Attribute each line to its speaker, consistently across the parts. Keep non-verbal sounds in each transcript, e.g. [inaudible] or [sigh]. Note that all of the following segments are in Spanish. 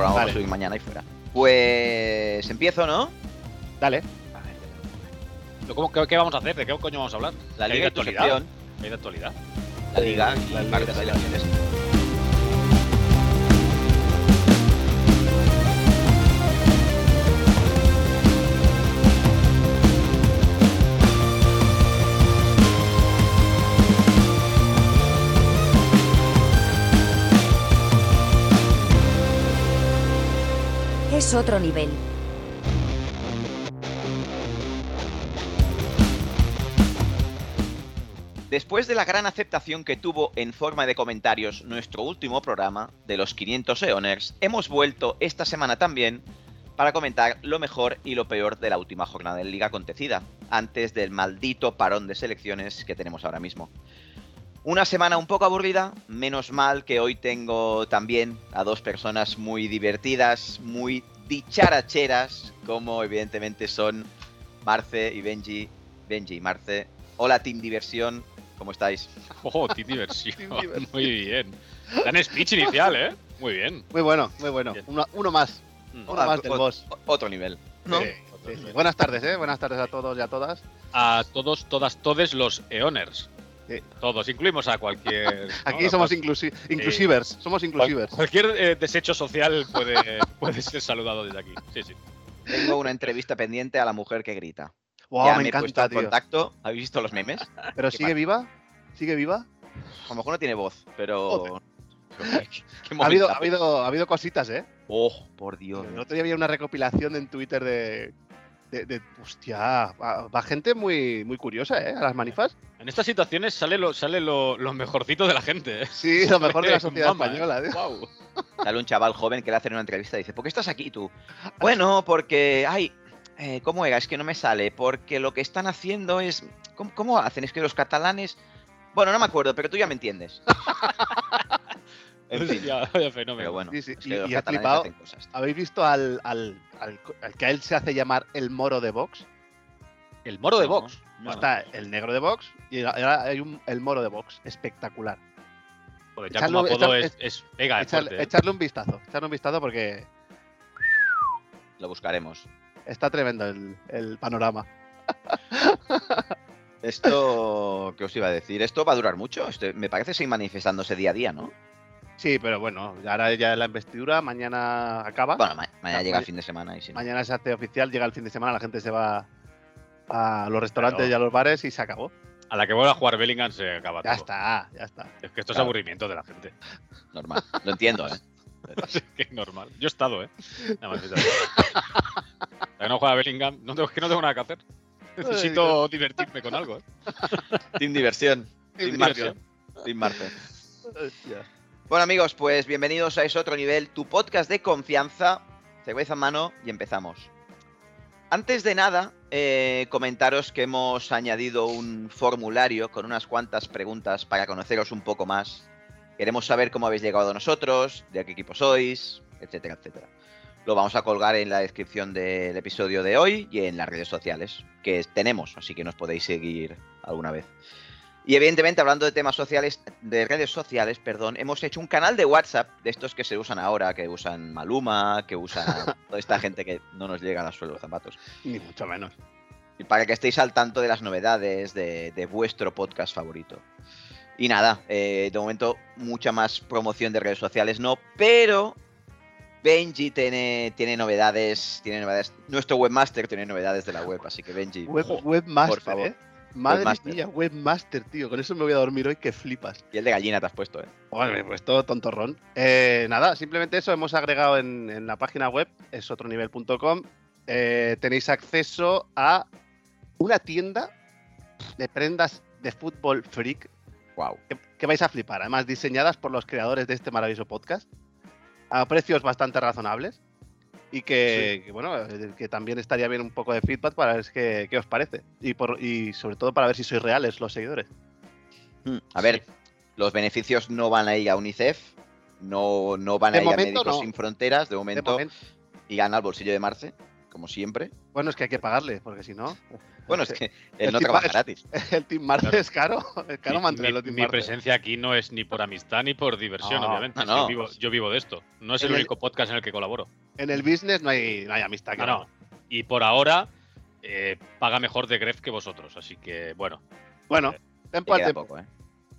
Speaker 1: Ah,
Speaker 2: mañana y fuera. Pues empiezo, ¿no?
Speaker 1: Dale. Pero ¿Cómo, qué, qué vamos a hacer? ¿De qué coño vamos a hablar?
Speaker 2: La liga
Speaker 1: ¿Qué hay
Speaker 2: y
Speaker 1: de
Speaker 2: tu
Speaker 1: actualidad?
Speaker 2: sección.
Speaker 1: ¿Qué hay de actualidad?
Speaker 2: La liga y
Speaker 1: La liga
Speaker 2: marcas y
Speaker 1: y
Speaker 2: las series.
Speaker 3: Es otro nivel.
Speaker 2: Después de la gran aceptación que tuvo en forma de comentarios nuestro último programa de los 500 Eoners, hemos vuelto esta semana también para comentar lo mejor y lo peor de la última jornada en liga acontecida, antes del maldito parón de selecciones que tenemos ahora mismo. Una semana un poco aburrida, menos mal que hoy tengo también a dos personas muy divertidas, muy dicharacheras, como evidentemente son Marce y Benji. Benji y Marce. Hola Team Diversión, ¿cómo estáis?
Speaker 1: Oh,
Speaker 2: [laughs]
Speaker 1: Team Diversión.
Speaker 4: Team Diversión.
Speaker 1: Muy bien. Dan speech inicial, ¿eh? Muy bien.
Speaker 4: Muy bueno, muy bueno.
Speaker 1: Bien.
Speaker 4: Uno, uno más.
Speaker 1: Mm.
Speaker 4: Uno más del
Speaker 2: o-
Speaker 4: boss.
Speaker 2: o- Otro nivel.
Speaker 4: ¿no?
Speaker 1: Sí,
Speaker 4: Sí, sí. Buenas tardes, ¿eh? Buenas tardes a todos y a todas.
Speaker 1: A todos, todas, todos los Eoners.
Speaker 4: Sí.
Speaker 1: Todos, incluimos a
Speaker 4: [laughs]
Speaker 1: cualquier.
Speaker 4: Aquí
Speaker 1: ¿no? pues,
Speaker 4: somos
Speaker 1: Cual-
Speaker 4: inclusi- inclusivers. Somos inclusivers.
Speaker 1: Cualquier eh, desecho social puede, [laughs] puede ser saludado desde aquí. Sí, sí.
Speaker 2: Tengo una entrevista pendiente a la mujer que grita.
Speaker 4: Wow,
Speaker 2: ya
Speaker 4: me
Speaker 2: he puesto
Speaker 4: encanta,
Speaker 2: en
Speaker 4: tío.
Speaker 2: contacto. ¿Habéis visto los memes? A
Speaker 4: Pero sigue viva. ¿Sigue viva?
Speaker 2: lo mejor no tiene voz, pero.
Speaker 4: Joder.
Speaker 2: Qué- [laughs] qué
Speaker 4: Ha habido, ha,
Speaker 2: momentazo.
Speaker 4: habido, ha habido cositas, ¿eh?
Speaker 2: Oh, por Dios.
Speaker 4: El otro día había una recopilación en Twitter de. de, de- hostia, va, va gente muy, muy curiosa, ¿eh? A las manifas.
Speaker 1: En estas situaciones sale lo, sale lo, lo mejorcito de la gente. ¿eh?
Speaker 4: [laughs] Sí, lo
Speaker 1: [laughs]
Speaker 4: mejor de la
Speaker 1: Eh,
Speaker 4: sociedad
Speaker 1: mama, ¿eh?
Speaker 4: española. ¿eh?
Speaker 1: Guau.
Speaker 2: Sale un chaval joven que le hacen una entrevista y dice: ¿Por qué estás aquí
Speaker 4: [laughs]
Speaker 2: tú? Bueno, porque. Ay, eh, ¿cómo era? Es que no me sale. Porque lo que están haciendo es. ¿Cómo, cómo hacen? Es que los catalanes. Bueno, no me acuerdo, pero tú ya me
Speaker 4: [laughs]
Speaker 2: entiendes. en fin.
Speaker 1: Ya, [laughs] vaya fenómeno.
Speaker 2: Pero bueno,
Speaker 4: Sí, sí,
Speaker 2: es
Speaker 4: y-
Speaker 2: que los
Speaker 4: y ha
Speaker 2: catalanes
Speaker 4: flipado.
Speaker 2: hacen cosas.
Speaker 4: ¿Habéis visto al, al, al, al que a él se hace llamar el moro de Vox?
Speaker 1: El moro de
Speaker 2: No,
Speaker 1: Vox.
Speaker 2: no.
Speaker 4: Está el negro de Vox y ahora hay un, el moro de Vox. Espectacular.
Speaker 1: Joder, ya
Speaker 4: Echarlo-
Speaker 1: como apodo
Speaker 4: echar-
Speaker 1: es, es pega, es
Speaker 4: Echarle,
Speaker 1: fuerte, ¿eh?
Speaker 4: echarle un vistazo. Echarle un vistazo porque
Speaker 2: Lo buscaremos.
Speaker 4: está tremendo el, el panorama.
Speaker 2: Esto, ¿qué os iba a decir? Esto va a durar mucho. Este- me parece seguir manifestándose día a día, ¿no?
Speaker 4: Sí, pero bueno, ahora ya es la investidura, mañana acaba.
Speaker 2: Bueno, ma- mañana
Speaker 4: Ah,
Speaker 2: llega el
Speaker 4: ma-
Speaker 2: fin de semana y si no.
Speaker 4: Mañana se hace oficial, llega el fin de semana, la gente se va a los restaurantes
Speaker 1: Claro.
Speaker 4: y a los bares y se acabó.
Speaker 1: A la que vuelva a jugar Bellingham se acaba
Speaker 4: Ya
Speaker 1: todo.
Speaker 4: está, ya está.
Speaker 1: Es que esto es
Speaker 2: Claro.
Speaker 1: aburrimiento de la gente. [laughs]
Speaker 2: normal. Lo entiendo, ¿eh?
Speaker 1: Así que es normal. Yo he estado, ¿eh? Nada más, fíjate.
Speaker 4: [laughs]
Speaker 1: Hasta que no juega Bellingham, no tengo, es que no tengo nada que hacer. Necesito divertirme con
Speaker 4: [laughs]
Speaker 1: algo. ¿eh?
Speaker 2: Team diversión. Team Marce.
Speaker 1: diversión.
Speaker 2: Team Marce.
Speaker 4: Hostia.
Speaker 2: Bueno, amigos, pues bienvenidos a Es Otro Nivel, tu podcast de confianza. Cerveza en mano y empezamos. Antes de nada, eh, comentaros que hemos añadido un formulario con unas cuantas preguntas para conoceros un poco más. Queremos saber cómo habéis llegado a nosotros, de qué equipo sois, etcétera, etcétera. Lo vamos a colgar en la descripción del episodio de hoy y en las redes sociales que tenemos, así que nos podéis seguir alguna vez. Y evidentemente, hablando de temas sociales, de redes sociales, perdón, hemos hecho un canal de WhatsApp de estos que se usan ahora, que usan Maluma, que usan toda esta gente que no nos llega al suelo los zapatos.
Speaker 4: Ni mucho menos.
Speaker 2: Y para que estéis al tanto de las novedades de, de vuestro podcast favorito. Y nada, eh, de momento mucha más promoción de redes sociales no, pero Benji tiene, tiene novedades, tiene novedades. Nuestro webmaster tiene novedades de la web, así que Benji,
Speaker 4: Web,
Speaker 2: jo,
Speaker 4: webmaster,
Speaker 2: por favor.
Speaker 4: ¿eh? Madre
Speaker 2: Webmaster.
Speaker 4: mía, webmaster, tío. Con eso me voy a dormir hoy que flipas.
Speaker 2: piel de gallina te has puesto, ¿eh?
Speaker 4: Bueno, pues todo tontorrón. Eh, nada, simplemente eso hemos agregado en, en la página web, esotronivel.com. eh, tenéis acceso a una tienda de prendas de fútbol freak
Speaker 2: Wow.
Speaker 4: que, que vais a flipar. Además, diseñadas por los creadores de este maravilloso podcast a precios bastante razonables y que, que, bueno, eh, que también estaría bien un poco de feedback para ver qué, qué os parece y, por, y sobre todo para ver si sois reales los seguidores.
Speaker 2: Mm, A ver, los beneficios no van a ir a UNICEF, no, no van
Speaker 4: De
Speaker 2: a ir a
Speaker 4: momento,
Speaker 2: Médicos
Speaker 4: no.
Speaker 2: Sin Fronteras, de
Speaker 4: De
Speaker 2: momento,
Speaker 4: momento-
Speaker 2: y gana al bolsillo de Marce, como
Speaker 4: [laughs]
Speaker 2: siempre.
Speaker 4: bueno, es que hay que pagarle, porque si
Speaker 1: [laughs]
Speaker 4: no.
Speaker 2: Bueno, es que él
Speaker 4: El
Speaker 2: no
Speaker 4: tipo-
Speaker 2: trabaja gratis.
Speaker 4: El Team Marte
Speaker 1: Claro.
Speaker 4: es caro. [laughs] Es caro
Speaker 1: Mi-
Speaker 4: mantenerlo
Speaker 1: mi,
Speaker 4: Team
Speaker 1: mi
Speaker 4: Marte.
Speaker 1: presencia aquí no es ni por amistad ni por diversión,
Speaker 4: No,
Speaker 1: obviamente.
Speaker 2: no, no.
Speaker 1: Yo, vivo, yo vivo de esto. No es el,
Speaker 4: En el- Ah,
Speaker 1: único podcast en el que colaboro. Ah,
Speaker 4: En el business no hay, no hay amistad.
Speaker 1: No, no. Y por ahora eh, paga mejor de Gref que vosotros. Así que, bueno,
Speaker 4: Bueno,
Speaker 2: Te queda
Speaker 4: empate.
Speaker 2: poco, ¿eh?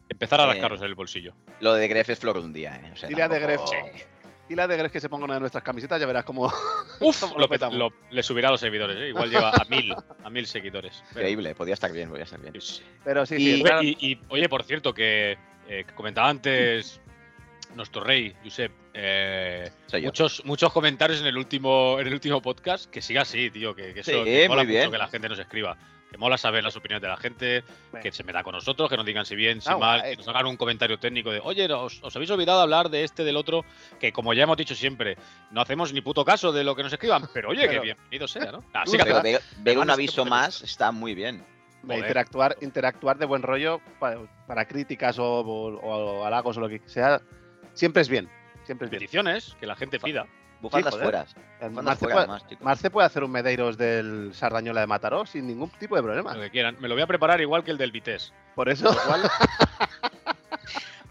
Speaker 1: empezar a
Speaker 2: Eh,
Speaker 1: rascaros en el bolsillo.
Speaker 2: Lo de Gref es flor de un día, ¿eh? O sea,
Speaker 4: Dile a de
Speaker 2: tampoco-
Speaker 4: Gref. Y la de Gref que se ponga una de nuestras camisetas, ya verás cómo. [laughs]
Speaker 1: Uf,
Speaker 4: Lo
Speaker 1: lo pe-
Speaker 4: petamos.
Speaker 1: lo- le subirá a los seguidores. ¿eh? Igual lleva a mil, a mil seguidores.
Speaker 2: Increíble, podía estar bien, podía estar bien.
Speaker 1: Sí, sí.
Speaker 4: Pero sí,
Speaker 2: Y-
Speaker 4: sí. entrar-
Speaker 1: Y, y, oye, por cierto, que, eh, que comentaba antes nuestro rey, Josep, eh,
Speaker 2: Soy yo.
Speaker 1: muchos, muchos comentarios en el último, en el último podcast. Que siga así, tío, que, que eso
Speaker 2: Sí,
Speaker 1: que mola
Speaker 2: muy
Speaker 1: mucho
Speaker 2: bien.
Speaker 1: que la gente nos escriba. Que mola saber las opiniones de la gente,
Speaker 4: Bueno.
Speaker 1: que se meta con nosotros, que nos digan si bien, si
Speaker 4: Ah,
Speaker 1: mal,
Speaker 4: guay.
Speaker 1: que nos hagan un comentario técnico de, oye, no, os, os habéis olvidado hablar de este, del otro, que como ya hemos dicho siempre, no hacemos ni puto caso de lo que nos escriban, pero oye,
Speaker 4: Pero-
Speaker 1: que bienvenido sea, ¿no? Así que
Speaker 2: Uh, Pero
Speaker 1: hacer-
Speaker 2: ver, ver un
Speaker 1: Además,
Speaker 2: aviso
Speaker 1: que-
Speaker 2: más está muy bien.
Speaker 1: Joder.
Speaker 4: interactuar, interactuar de buen rollo pa- para, críticas o, o- o halagos o lo que sea. Siempre es bien. Siempre es bien.
Speaker 1: peticiones, que la gente pida.
Speaker 2: Bufandas
Speaker 4: joder.
Speaker 2: fuera. Bufandas
Speaker 4: Marce
Speaker 2: fuera,
Speaker 4: puede,
Speaker 2: además, chicos.
Speaker 4: Marce puede hacer un Medeiros del Sardañola de Mataró sin ningún tipo de problema.
Speaker 1: Lo que quieran. Me lo voy a preparar igual que el del Vitesse.
Speaker 4: Por eso.
Speaker 2: ¿Qué,
Speaker 1: va a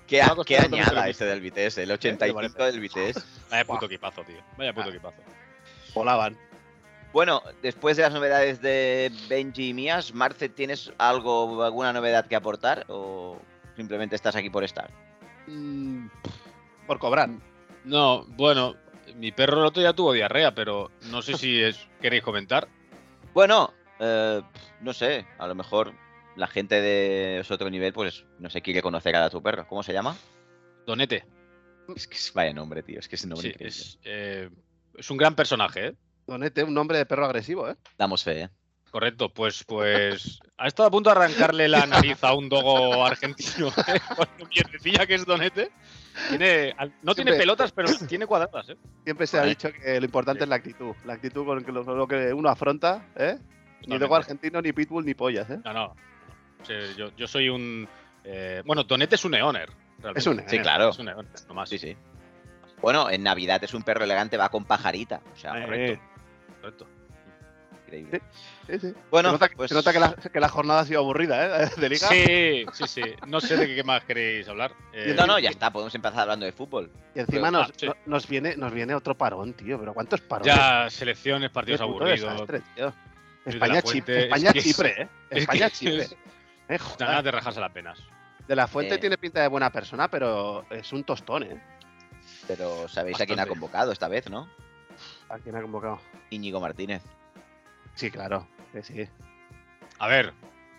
Speaker 2: qué
Speaker 1: costar otro
Speaker 2: añada
Speaker 1: micro.
Speaker 2: este del Vitesse? El
Speaker 4: Me
Speaker 2: 85
Speaker 4: parece.
Speaker 2: del Vitesse.
Speaker 1: Vaya puto equipazo, tío. Vaya puto
Speaker 4: Ah.
Speaker 1: equipazo.
Speaker 4: [laughs] Volaban.
Speaker 2: Bueno, después de las novedades de Benji y Mías, Marce, ¿tienes algo, alguna novedad que aportar? ¿O simplemente estás aquí por estar?
Speaker 4: Mm, Por cobrar.
Speaker 1: No, bueno, mi perro el otro día tuvo diarrea, pero no sé si es, queréis comentar.
Speaker 2: Bueno, eh, no sé, a lo mejor la gente de ese otro nivel, pues no sé, quiere conocer a tu perro. ¿Cómo se llama?
Speaker 1: Donete.
Speaker 2: Es que es, vaya nombre, tío, es que es un nombre
Speaker 1: Sí,
Speaker 2: increíble.
Speaker 1: es, eh, es un gran personaje, ¿eh?
Speaker 4: Donete, un nombre de perro agresivo, ¿eh?
Speaker 2: Damos fe, ¿eh?
Speaker 1: Correcto, pues, pues [laughs] ha estado a punto de arrancarle la nariz a un dogo argentino. [laughs] ¿eh? Cuando bien decía que es Donete. Tiene, al- no tiene
Speaker 4: Siempre-
Speaker 1: pelotas, pero tiene cuadradas, ¿eh?
Speaker 4: Siempre se ha
Speaker 2: Vale.
Speaker 4: dicho que lo importante
Speaker 1: Sí.
Speaker 4: es la actitud. La actitud con lo, lo que uno afronta, ¿eh? Ni luego argentino, ni pitbull, ni pollas, ¿eh?
Speaker 1: No, no. O sea, yo, yo soy un. eh, bueno, Donete es un Eoner. realmente.
Speaker 4: Es un
Speaker 2: Sí, claro.
Speaker 1: Es un Eoner, no más.
Speaker 2: Sí, sí. Bueno, en Navidad es un perro elegante, va con pajarita. O sea,
Speaker 1: Eh,
Speaker 2: correcto,
Speaker 1: Correcto.
Speaker 2: increíble.
Speaker 4: Sí, sí.
Speaker 2: Bueno,
Speaker 4: se nota, que-
Speaker 2: pues
Speaker 4: se nota que, la, que la jornada ha sido aburrida, ¿eh? [laughs] De liga.
Speaker 1: Sí, sí, sí. No sé de qué más queréis hablar. Eh,
Speaker 2: No, no, ya está, podemos empezar hablando de fútbol.
Speaker 4: Y encima
Speaker 1: Ah,
Speaker 4: nos,
Speaker 1: sí.
Speaker 4: no- nos, viene, nos viene otro parón, tío. Pero ¿cuántos parones?
Speaker 1: Ya, selecciones,
Speaker 4: Qué
Speaker 1: partidos
Speaker 4: puto
Speaker 1: aburridos.
Speaker 4: desastre, tío.
Speaker 1: la
Speaker 4: España,
Speaker 1: Fuente,
Speaker 4: Chipre,
Speaker 1: es
Speaker 4: España
Speaker 1: que es-
Speaker 4: Chipre, ¿eh?
Speaker 1: es
Speaker 4: España
Speaker 1: que
Speaker 4: Chipre.
Speaker 1: es-
Speaker 4: Eh, joder.
Speaker 1: Nada de rajarse las penas.
Speaker 4: de la Fuente
Speaker 2: Eh.
Speaker 4: tiene pinta de buena persona, pero es un tostón, ¿eh?
Speaker 2: Pero sabéis a quién ha
Speaker 1: Bastante.
Speaker 2: convocado esta vez, ¿no?
Speaker 4: ¿A quién ha convocado?
Speaker 2: Íñigo Martínez.
Speaker 4: Sí, claro. que sí.
Speaker 1: A ver,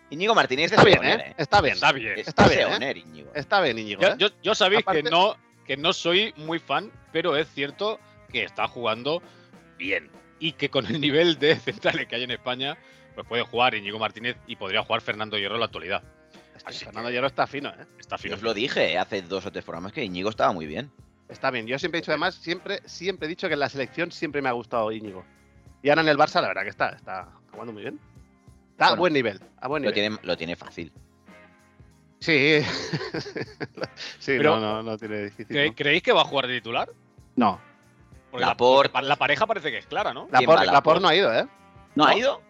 Speaker 2: Íñigo Martínez
Speaker 4: Está
Speaker 2: es
Speaker 4: bien,
Speaker 2: pioner,
Speaker 4: ¿eh? Está bien.
Speaker 1: está bien.
Speaker 2: Es-
Speaker 4: Está
Speaker 2: es
Speaker 4: bien, ¿eh?
Speaker 2: pioner, Íñigo.
Speaker 4: Está bien, Íñigo.
Speaker 1: Yo,
Speaker 4: ¿eh?
Speaker 1: yo- yo sabéis
Speaker 4: Aparte-
Speaker 1: que, no, que no soy muy fan, pero es cierto que está jugando bien. Y que con el nivel de centrales que hay en España, pues puede jugar Íñigo Martínez y podría jugar Fernando Hierro en la actualidad.
Speaker 4: Este
Speaker 1: así
Speaker 4: Fernando Hierro está fino, ¿eh?
Speaker 1: Está
Speaker 2: Yo
Speaker 1: fino.
Speaker 2: os lo dije hace dos o tres programas que Íñigo estaba muy bien.
Speaker 4: Está bien. Yo siempre he dicho, además, siempre, siempre he dicho que en la selección siempre me ha gustado Íñigo. Y ahora en el Barça, la verdad que está, está jugando muy bien. Está a
Speaker 2: Bueno,
Speaker 4: buen nivel. A buen
Speaker 2: Lo
Speaker 4: nivel.
Speaker 2: tiene, lo tiene fácil.
Speaker 4: Sí. [laughs] sí,
Speaker 1: Pero-
Speaker 4: no, no, no tiene difícil.
Speaker 1: ¿Cre- ¿Creéis que va a jugar de titular?
Speaker 4: No.
Speaker 1: Porque
Speaker 2: Laporte.
Speaker 1: la, la pareja parece que es clara, ¿no?
Speaker 4: La
Speaker 2: ¿Quién va
Speaker 4: por,
Speaker 2: a la
Speaker 4: la por
Speaker 2: por?
Speaker 4: no ha ido, ¿eh?
Speaker 2: ¿No ha
Speaker 4: ¿No?
Speaker 2: ido?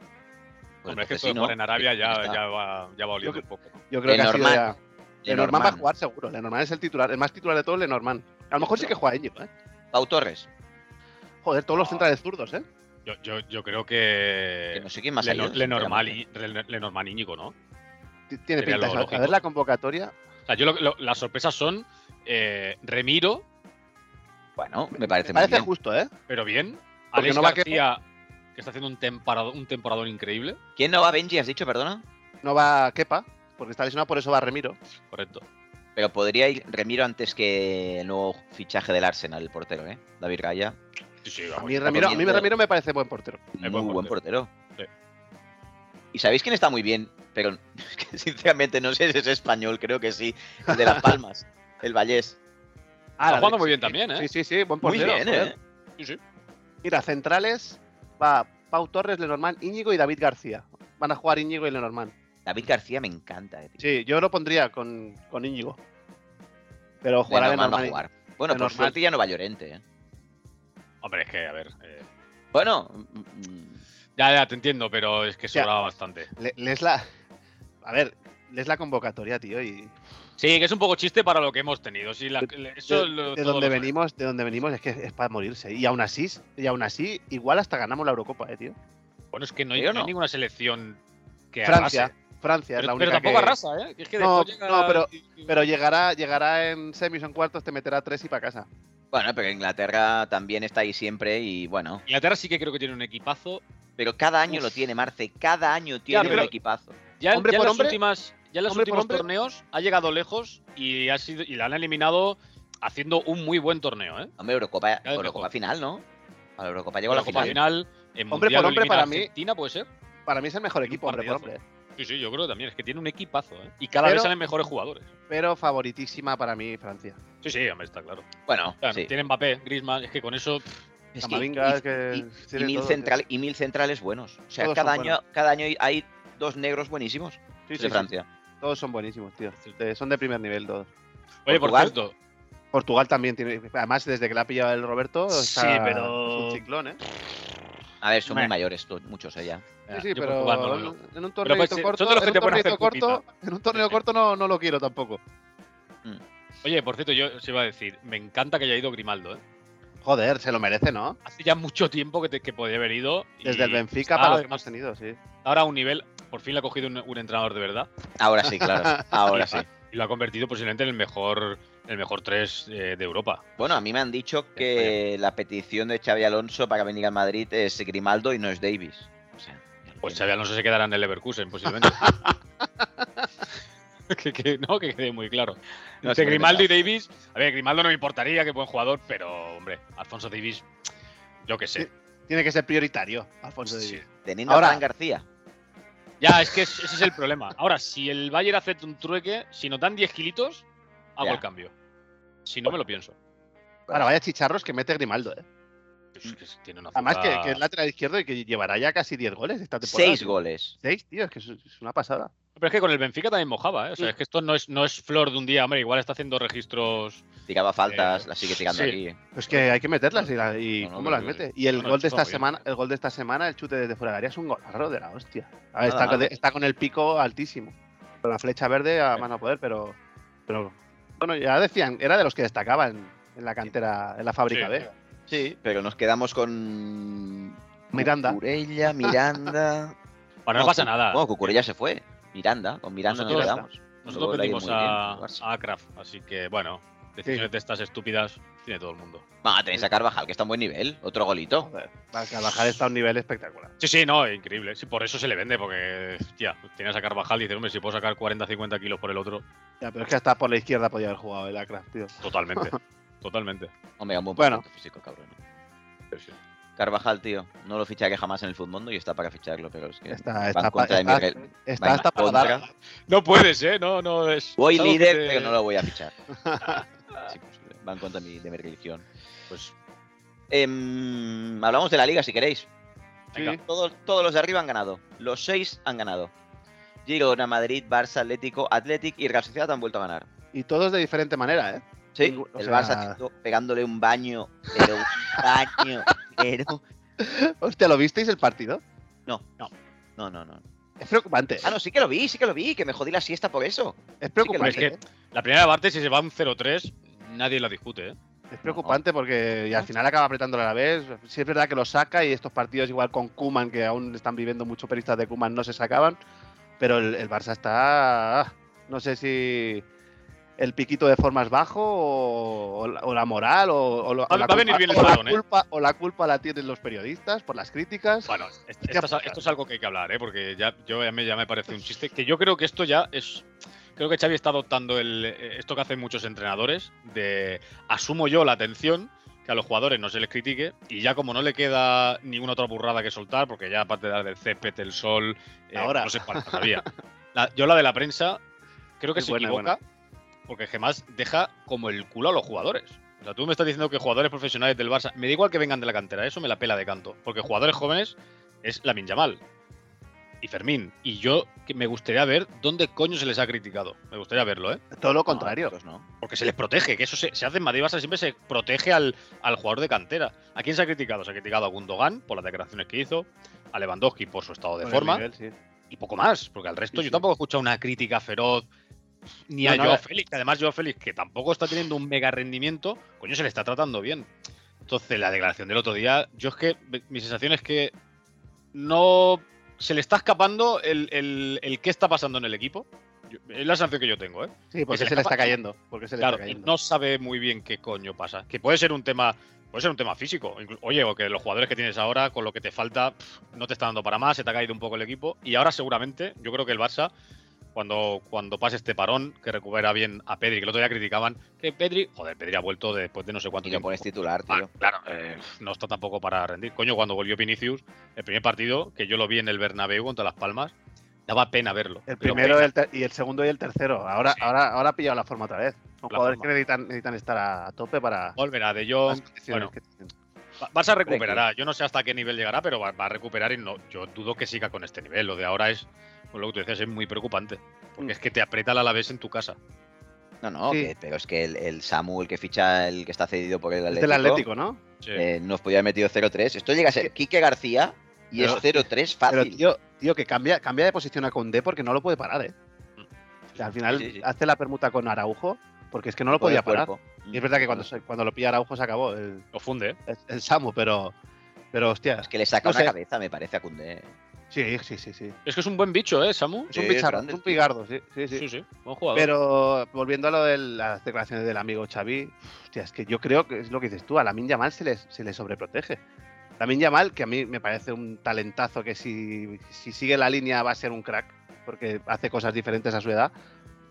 Speaker 2: Pues
Speaker 1: Hombre, es que
Speaker 2: entonces
Speaker 1: esto
Speaker 2: sí,
Speaker 1: de
Speaker 2: ¿no?
Speaker 1: jugar en Arabia ya,
Speaker 2: está.
Speaker 1: ya va, ya va oliendo
Speaker 4: Yo
Speaker 1: un poco. ¿no?
Speaker 4: Yo creo que ha sido
Speaker 2: Lenormand.
Speaker 4: ya- Lenormand va a
Speaker 2: Lenormand,
Speaker 4: jugar seguro. Lenormand es el titular, el más titular de todos, Lenormand. A lo mejor sí que juega Íñigo, ¿eh?
Speaker 2: Pau Torres.
Speaker 4: Joder, todos
Speaker 2: Ah.
Speaker 4: los centrales zurdos, ¿eh?
Speaker 1: Yo, yo, yo creo
Speaker 2: Que
Speaker 1: que.
Speaker 2: no sé quién más ha
Speaker 1: Eh, Leno-
Speaker 2: ido.
Speaker 1: Lenormal
Speaker 2: sinceramente.
Speaker 1: y- Len- Lenormand Íñigo, ¿no?
Speaker 4: T- Tiene
Speaker 1: Sería
Speaker 4: pinta.
Speaker 1: lo
Speaker 4: eso. A
Speaker 1: lógico.
Speaker 4: ver la convocatoria.
Speaker 1: O sea, yo lo- lo- las sorpresas son eh, Remiro,
Speaker 2: Bueno, me parece,
Speaker 4: Me parece
Speaker 2: muy bien.
Speaker 4: justo, ¿eh?
Speaker 1: pero bien. Alex
Speaker 4: no va Kepa.
Speaker 1: García, que está haciendo un temporada, un temporadón increíble.
Speaker 2: ¿Quién no va Benji, has dicho, perdona?
Speaker 4: No va Kepa, porque está lesionado, por eso va Remiro.
Speaker 1: Correcto.
Speaker 2: Pero podría ir Remiro antes que el nuevo fichaje del Arsenal, el portero, ¿eh? David Gaya.
Speaker 1: Sí, sí,
Speaker 4: A
Speaker 1: vamos.
Speaker 4: mí Remiro, a mí
Speaker 2: comiendo.
Speaker 4: Remiro me parece buen portero.
Speaker 2: Muy
Speaker 1: Es
Speaker 2: buen,
Speaker 1: buen
Speaker 2: portero.
Speaker 1: Sí.
Speaker 2: ¿Y sabéis quién está muy bien? Pero [laughs] es que sinceramente no sé si es español, creo que sí. El de Las Palmas, el Vallés.
Speaker 4: Ah, la
Speaker 1: jugando
Speaker 4: de-
Speaker 1: muy bien
Speaker 4: sí,
Speaker 1: también, ¿eh?
Speaker 4: Sí, sí, sí, buen
Speaker 2: Muy
Speaker 4: portero.
Speaker 2: bien,
Speaker 4: joder.
Speaker 2: ¿eh?
Speaker 1: Sí, sí.
Speaker 4: Mira, centrales va Pau Torres, Lenormand, Íñigo y David García. Van a jugar Íñigo y Lenormand.
Speaker 2: David García me encanta. eh, tío.
Speaker 4: Sí, yo lo pondría con, con Íñigo. Pero
Speaker 2: De
Speaker 4: jugará
Speaker 2: normal va a
Speaker 4: Lenormand. y-
Speaker 2: jugar. Bueno, por
Speaker 4: Lenormand.
Speaker 2: suerte ya no va Llorente. ¿eh?
Speaker 1: Hombre, es que, a ver. eh,
Speaker 2: Bueno, mm, mm,
Speaker 1: ya, ya, te entiendo, pero es que
Speaker 4: Ya.
Speaker 1: sobraba bastante.
Speaker 4: Le- lees la. A ver, lees la convocatoria, tío, y
Speaker 1: Sí, que es un poco chiste para lo que hemos tenido. Sí, la- eso lo-
Speaker 4: de, de
Speaker 1: Pues todos
Speaker 4: donde
Speaker 1: lo sabemos.
Speaker 4: venimos, de donde venimos es que es para morirse. Y aún así, y aún así, igual hasta ganamos la Eurocopa, eh, tío.
Speaker 1: Bueno, es que no hay,
Speaker 2: Yo
Speaker 1: no hay
Speaker 2: no.
Speaker 1: ninguna selección que
Speaker 4: Francia,
Speaker 1: arrase.
Speaker 4: Francia es
Speaker 1: Pero,
Speaker 4: la
Speaker 1: pero
Speaker 4: única
Speaker 1: tampoco
Speaker 4: que-
Speaker 1: arrasa, ¿eh? Es que
Speaker 4: No,
Speaker 1: después
Speaker 4: no, pero- Pero llegará, llegará en semis o en cuartos, te meterá tres y para casa.
Speaker 2: Bueno, pero Inglaterra también está ahí siempre y bueno.
Speaker 1: Inglaterra sí que creo que tiene un equipazo.
Speaker 2: Pero cada año lo tiene, Marce. Cada año tiene
Speaker 1: pero-
Speaker 2: un equipazo.
Speaker 1: Ya,
Speaker 4: Hombre
Speaker 1: ya en
Speaker 4: por
Speaker 1: las
Speaker 4: hombre,
Speaker 1: últimas, ya en los
Speaker 4: hombre por
Speaker 1: últimos
Speaker 4: hombre.
Speaker 1: torneos ha llegado lejos y ha sido y la han eliminado haciendo un muy buen torneo, ¿eh?
Speaker 2: Hombre, Eurocopa,
Speaker 1: Cada vez
Speaker 2: Eurocopa
Speaker 1: mejor.
Speaker 2: final, ¿no? A la Eurocopa llegó
Speaker 1: Con
Speaker 2: a la
Speaker 1: la Copa
Speaker 2: final.
Speaker 1: final en
Speaker 4: Hombre
Speaker 1: Mundial
Speaker 4: por hombre,
Speaker 1: elimina
Speaker 4: para
Speaker 1: a
Speaker 4: mí-
Speaker 1: Argentina, puede ser.
Speaker 4: Para mí es el mejor equipo, hombre por
Speaker 1: partidazo.
Speaker 4: hombre.
Speaker 1: Sí, sí, yo creo también. Es que tiene un equipazo, ¿eh? Y cada
Speaker 4: Pero-
Speaker 1: vez salen mejores jugadores.
Speaker 4: Pero favoritísima para mí Francia.
Speaker 1: Sí, sí, hombre, está claro.
Speaker 2: Bueno,
Speaker 1: Claro,
Speaker 2: sí.
Speaker 1: Tienen Mbappé, Griezmann, es que con eso
Speaker 2: Es que-
Speaker 4: Camavinga,
Speaker 2: y-
Speaker 4: que
Speaker 2: y-
Speaker 4: tiene
Speaker 2: y, mil
Speaker 4: todo,
Speaker 2: central- y mil centrales buenos. O sea,
Speaker 4: Todos
Speaker 2: cada
Speaker 4: son
Speaker 2: año, cada año hay dos negros buenísimos
Speaker 4: tío. Sí,
Speaker 2: de
Speaker 4: sí, sí,
Speaker 2: Francia.
Speaker 4: todos son buenísimos, tío. De- son de primer nivel todos.
Speaker 1: Oye, por
Speaker 2: Portugal.
Speaker 1: cierto,
Speaker 4: Portugal también tiene. Además, desde que la ha pillado el Roberto, está-
Speaker 1: Sí, pero-
Speaker 4: es un ciclón, ¿eh?
Speaker 2: A ver, son
Speaker 1: Meh.
Speaker 2: muy mayores to- muchos eh, allá.
Speaker 1: Ya,
Speaker 4: Sí, sí,
Speaker 1: yo
Speaker 4: pero
Speaker 1: Portugal no lo veo.
Speaker 4: en, en un torneo
Speaker 1: pues, eh,
Speaker 4: corto,
Speaker 1: son de los que
Speaker 4: en un
Speaker 1: te ponen a
Speaker 4: torneito
Speaker 1: hacer
Speaker 4: corto, en un torneo corto no, no lo quiero tampoco.
Speaker 1: oye, por cierto, yo se iba a decir, me encanta que haya ido Grimaldo, ¿eh?
Speaker 4: Joder, se lo merece, ¿no?
Speaker 1: Hace ya mucho tiempo que, te- que podía haber ido. y
Speaker 4: Desde el
Speaker 1: está,
Speaker 4: Benfica para los que hemos
Speaker 1: además,
Speaker 4: tenido, sí.
Speaker 1: Ahora a un nivel, por fin le ha cogido un, un entrenador de verdad
Speaker 2: Ahora sí,
Speaker 4: [laughs]
Speaker 2: claro. Ahora sí.
Speaker 1: y lo ha convertido posiblemente en el mejor, el mejor tres eh, de Europa.
Speaker 2: Bueno, a mí me han dicho que la petición de Xavi Alonso para venir a Madrid es Grimaldo y no es Davis. O sea,
Speaker 1: Pues Xavi Alonso se quedará en el Leverkusen posiblemente.
Speaker 4: [laughs]
Speaker 1: que, que no, que quede muy claro.
Speaker 2: No,
Speaker 1: Entre
Speaker 2: sí,
Speaker 1: Grimaldo y
Speaker 2: verdad.
Speaker 1: Davis, a ver, Grimaldo no me importaría, que buen jugador, pero hombre, Alfonso Davis, yo qué sé.
Speaker 4: Tiene que ser prioritario, Alfonso
Speaker 1: Sí.
Speaker 4: Davies.
Speaker 2: Teniendo
Speaker 4: Ahora-
Speaker 2: a Fran García.
Speaker 1: Ya, es que es- ese es el problema. Ahora, si el Bayern hace un trueque, si nos dan 10 kilitos, hago
Speaker 2: Ya.
Speaker 1: el cambio. Si no, me lo pienso.
Speaker 4: Ahora vaya chicharros que mete Grimaldo, ¿eh?
Speaker 1: Es que es- tiene una
Speaker 4: Además que,
Speaker 1: azúcar-
Speaker 4: que es lateral izquierdo y que llevará ya casi 10 goles esta temporada.
Speaker 2: Seis
Speaker 4: tío.
Speaker 2: goles.
Speaker 4: Seis, tío, es que es- es una pasada.
Speaker 1: Pero es que con el Benfica también mojaba, ¿eh? O sea, es que esto no es, no es flor de un día, hombre, igual está haciendo registros.
Speaker 2: Tiraba faltas,
Speaker 1: Eh,
Speaker 2: las sigue tirando
Speaker 1: sí.
Speaker 2: aquí.
Speaker 4: Pues que hay que meterlas y, la- y
Speaker 2: No, no,
Speaker 4: cómo
Speaker 2: no,
Speaker 4: las
Speaker 2: no,
Speaker 4: mete. Y el
Speaker 1: no,
Speaker 4: gol de
Speaker 1: está
Speaker 4: esta
Speaker 1: muy bien.
Speaker 4: semana, el gol de esta semana, el chute desde fuera de área es un golarro de la hostia. A
Speaker 2: Nada,
Speaker 4: ver, está, con-
Speaker 2: nada.
Speaker 4: está con el pico altísimo. Con la flecha verde a más no poder, pero, pero bueno, ya decían, era de los que destacaban en la cantera, en la fábrica
Speaker 1: Sí.
Speaker 4: B. Sí.
Speaker 2: Pero nos quedamos con.
Speaker 4: Miranda.
Speaker 2: Cucurella,
Speaker 4: [laughs]
Speaker 2: Miranda.
Speaker 1: Bueno, no, pasa nada.
Speaker 2: Bueno, Cucurella se fue. Miranda, con Miranda nos
Speaker 1: Nosotros-
Speaker 2: quedamos.
Speaker 1: Nosotros
Speaker 2: Luego le ha ido
Speaker 1: pedimos
Speaker 2: muy bien
Speaker 1: a,
Speaker 2: al Barça.
Speaker 1: a Kraft, así que bueno, decisiones de estas estúpidas tiene todo el mundo.
Speaker 2: Va, tenéis a Carvajal, que está en buen nivel. Otro golito.
Speaker 4: Joder, Carvajal está a un nivel espectacular.
Speaker 1: Sí, sí, no, increíble. Sí, por eso se le vende, porque, hostia, tienes a Carvajal y dices, hombre, si puedo sacar 40, 50 kilos por el otro,
Speaker 4: Ya, pero es que hasta por la izquierda podía haber jugado el Acra, tío.
Speaker 1: totalmente. totalmente.
Speaker 2: Omega, un buen
Speaker 4: Bueno.
Speaker 2: porcentaje físico, cabrón. Carvajal, tío, no lo ficharé jamás en el fútbol y está para ficharlo, pero es que va
Speaker 4: Está,
Speaker 2: en
Speaker 4: está, pa-
Speaker 2: contra de mi
Speaker 4: está-
Speaker 2: re-
Speaker 4: está
Speaker 2: va en
Speaker 4: hasta para
Speaker 2: contra.
Speaker 4: dar.
Speaker 1: No puedes, ¿eh? No, no es.
Speaker 2: Voy
Speaker 1: es algo que
Speaker 2: líder,
Speaker 1: te-
Speaker 2: pero no lo voy a
Speaker 4: [laughs]
Speaker 2: fichar. Es imposible, Va en contra de mi, de mi religión.
Speaker 1: Pues,
Speaker 2: Em, hablamos de la liga, si queréis.
Speaker 1: venga.
Speaker 4: Sí.
Speaker 2: Todos, todos los de arriba han ganado. Los seis han ganado. Girona, Madrid, Barça, Atlético, Athletic y Real Sociedad han vuelto a ganar.
Speaker 4: Y todos de diferente manera, ¿eh? [laughs]
Speaker 2: Sí,
Speaker 4: Ningú- o
Speaker 2: el
Speaker 4: sea-
Speaker 2: Barça tío, pegándole un baño, pero
Speaker 4: [laughs]
Speaker 2: un baño, pero...
Speaker 4: Hostia, ¿lo visteis el partido?
Speaker 2: No, no, no, no, no.
Speaker 4: Es preocupante. ¿eh?
Speaker 2: Ah, no, sí que lo vi, sí que lo vi, que me jodí la siesta por eso.
Speaker 4: Es
Speaker 2: que lo
Speaker 4: preocupante.
Speaker 1: vi.
Speaker 4: ¿eh?
Speaker 1: La primera parte, si se va un 0-3, nadie la discute, ¿eh?
Speaker 4: Es preocupante porque y al final acaba apretándolo a la vez. Sí es verdad que lo saca y estos partidos igual con Kuman, que aún están viviendo muchos periodistas de Kuman, no se sacaban. Pero el, el Barça está, ah, no sé si el piquito de forma es bajo o, o la, o la moral o, o lo- o
Speaker 1: Va-
Speaker 4: la
Speaker 1: va a
Speaker 4: culpa-
Speaker 1: venir bien el
Speaker 4: o la
Speaker 1: parón, ¿eh?
Speaker 4: culpa- o la culpa la tienen los periodistas por las críticas.
Speaker 1: Bueno, est-
Speaker 4: Qué
Speaker 1: esto es-
Speaker 4: putada.
Speaker 1: esto es algo que hay que hablar, ¿eh? porque ya, yo, ya, me, ya me parece un chiste. Que yo creo que esto ya es. Creo que Xavi está adoptando el, eh, esto que hacen muchos entrenadores: de asumo yo la atención, que a los jugadores no se les critique, y ya como no le queda ninguna otra burrada que soltar, porque ya aparte de la del césped, el sol, eh,
Speaker 4: Ahora.
Speaker 1: no sé cuál todavía. La- yo la de la prensa, creo que
Speaker 4: Es
Speaker 1: se
Speaker 4: buena, es
Speaker 1: equivoca, porque Gemás deja como el culo a los jugadores. O sea, tú me estás diciendo que jugadores profesionales del Barça, me da igual que vengan de la cantera, eso me la pela de canto, porque jugadores jóvenes es la Yamal y Fermín. Y yo que me gustaría ver dónde coño se les ha criticado. Me gustaría verlo, ¿eh?
Speaker 4: Todo lo
Speaker 2: No,
Speaker 4: contrario.
Speaker 2: estos no.
Speaker 1: Porque se les protege, que eso se, se hace en Madrid Barça, siempre se protege al, al jugador de cantera. ¿A quién se ha criticado? Se ha criticado a Gundogan por las declaraciones que hizo, a Lewandowski por su estado de
Speaker 4: Por el
Speaker 1: forma
Speaker 4: nivel, sí.
Speaker 1: y poco más, porque al resto
Speaker 4: Sí,
Speaker 1: yo
Speaker 4: sí.
Speaker 1: tampoco he escuchado una crítica feroz ni
Speaker 4: No,
Speaker 1: a
Speaker 4: no, eh.
Speaker 1: Joao
Speaker 4: la-
Speaker 1: Félix. que Además, Joao Félix, que tampoco está teniendo un mega rendimiento, coño, se le está tratando bien. Entonces, la declaración del otro día, yo es que me- mi sensación es que no se le está escapando el, el- el qué está pasando en el equipo. Yo- es la sensación que yo tengo, ¿eh?
Speaker 4: Sí, porque
Speaker 1: se
Speaker 4: se,
Speaker 1: le
Speaker 4: le
Speaker 1: escapa-
Speaker 4: está cayendo. Porque se le
Speaker 1: Claro,
Speaker 4: está
Speaker 1: y
Speaker 4: cayendo.
Speaker 1: no sabe muy bien qué coño pasa. Que puede ser un tema, puede ser un tema físico. Inclu- Oye, o que los jugadores que tienes ahora, con lo que te falta, pf, no te está dando para más, se te ha caído un poco el equipo. Y ahora seguramente, yo creo que el Barça, cuando, cuando pase este parón, que recupera bien a Pedri, que el otro día criticaban que Pedri, joder, Pedri ha vuelto de- después de no sé cuánto
Speaker 2: Y le
Speaker 1: tiempo.
Speaker 4: este
Speaker 2: pones titular,
Speaker 1: Ah,
Speaker 2: tío.
Speaker 1: claro, eh, no está tampoco para rendir. Coño, cuando volvió Vinicius, el primer partido, que yo lo vi en el Bernabéu contra Las Palmas, daba pena verlo.
Speaker 4: El
Speaker 1: pero
Speaker 4: primero
Speaker 1: pena.
Speaker 4: el ter- y el segundo y el tercero. Ahora,
Speaker 1: Sí.
Speaker 4: ahora, ahora ha pillado la forma otra vez. Son
Speaker 1: La
Speaker 4: jugadores
Speaker 1: forma.
Speaker 4: que necesitan, necesitan estar a, a tope para
Speaker 1: Volverá de
Speaker 4: las
Speaker 1: Jong.
Speaker 4: condiciones
Speaker 1: bueno,
Speaker 4: que tienen.
Speaker 1: Ba- Barça recuperará. Yo no sé hasta qué nivel llegará, pero va, va a recuperar y no, yo dudo que siga con este nivel. Lo de ahora es, pues lo que tú decías, es muy preocupante. Porque es que te aprieta la Alavés en tu casa.
Speaker 2: No, no,
Speaker 4: Sí.
Speaker 2: que- pero es que el, el Samu, el que ficha, el que está cedido por el
Speaker 4: Es
Speaker 2: Atlético,
Speaker 4: del Atlético, ¿no?
Speaker 2: eh, nos podía haber metido 0-3. Esto llega a ser Quique García y
Speaker 4: Pero-
Speaker 2: es 0-3
Speaker 4: Pero
Speaker 2: fácil.
Speaker 4: tío, tío que cambia, cambia de posición a Condé porque no lo puede parar, ¿eh?
Speaker 1: Mm.
Speaker 4: O sea, al final
Speaker 2: Sí, sí, sí.
Speaker 4: hace la permuta con Araujo porque es que no lo
Speaker 2: Por el
Speaker 4: podía parar.
Speaker 2: cuerpo. Mm.
Speaker 4: Y es verdad que cuando, se- cuando lo pilla Araujo se acabó el,
Speaker 1: Lo funde, ¿eh?
Speaker 4: el, el Samu, pero, pero hostia.
Speaker 2: Es que le saca
Speaker 4: No
Speaker 2: una
Speaker 4: sé.
Speaker 2: cabeza, me parece, a Koundé.
Speaker 4: Sí, sí, sí, sí.
Speaker 1: Es que es un buen bicho, ¿eh, Samu?
Speaker 4: Es un
Speaker 2: Sí,
Speaker 4: picharro,
Speaker 2: grande,
Speaker 4: es un
Speaker 2: tío.
Speaker 4: pigardo, sí, sí, sí.
Speaker 1: Sí, sí, buen jugador.
Speaker 4: Pero volviendo a lo de las declaraciones del amigo Xavi, hostia, es que yo creo que es lo que dices tú, a Lamin Yamal se le, se le sobreprotege. Lamin Yamal, que a mí me parece un talentazo que si, si sigue la línea va a ser un crack, porque hace cosas diferentes a su edad,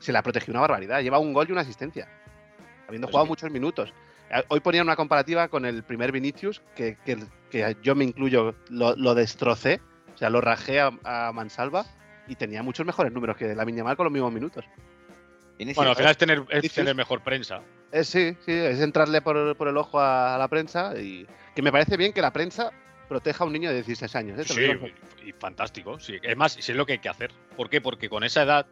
Speaker 4: se la protegió una barbaridad. Lleva un gol y una asistencia, habiendo
Speaker 1: Pues
Speaker 4: jugado
Speaker 1: sí.
Speaker 4: muchos minutos. Eh, Hoy ponían una comparativa con el primer Vinicius, que, que- que yo me incluyo, lo, lo destrocé, o sea, lo rajé a, a Mansalva y tenía muchos mejores números que Lamin Yamal con los mismos minutos.
Speaker 2: Vinicius,
Speaker 1: bueno, al final es tener, es
Speaker 4: Vinicius.
Speaker 1: tener mejor prensa.
Speaker 4: Eh, sí, sí, es entrarle por, por el ojo a, a la prensa y que me parece bien que la prensa proteja a un niño de 16 años. ¿eh? Te lo
Speaker 1: Sí,
Speaker 4: digo.
Speaker 1: y fantástico. Sí. Es más, si es lo que hay que hacer. ¿Por qué? Porque con esa edad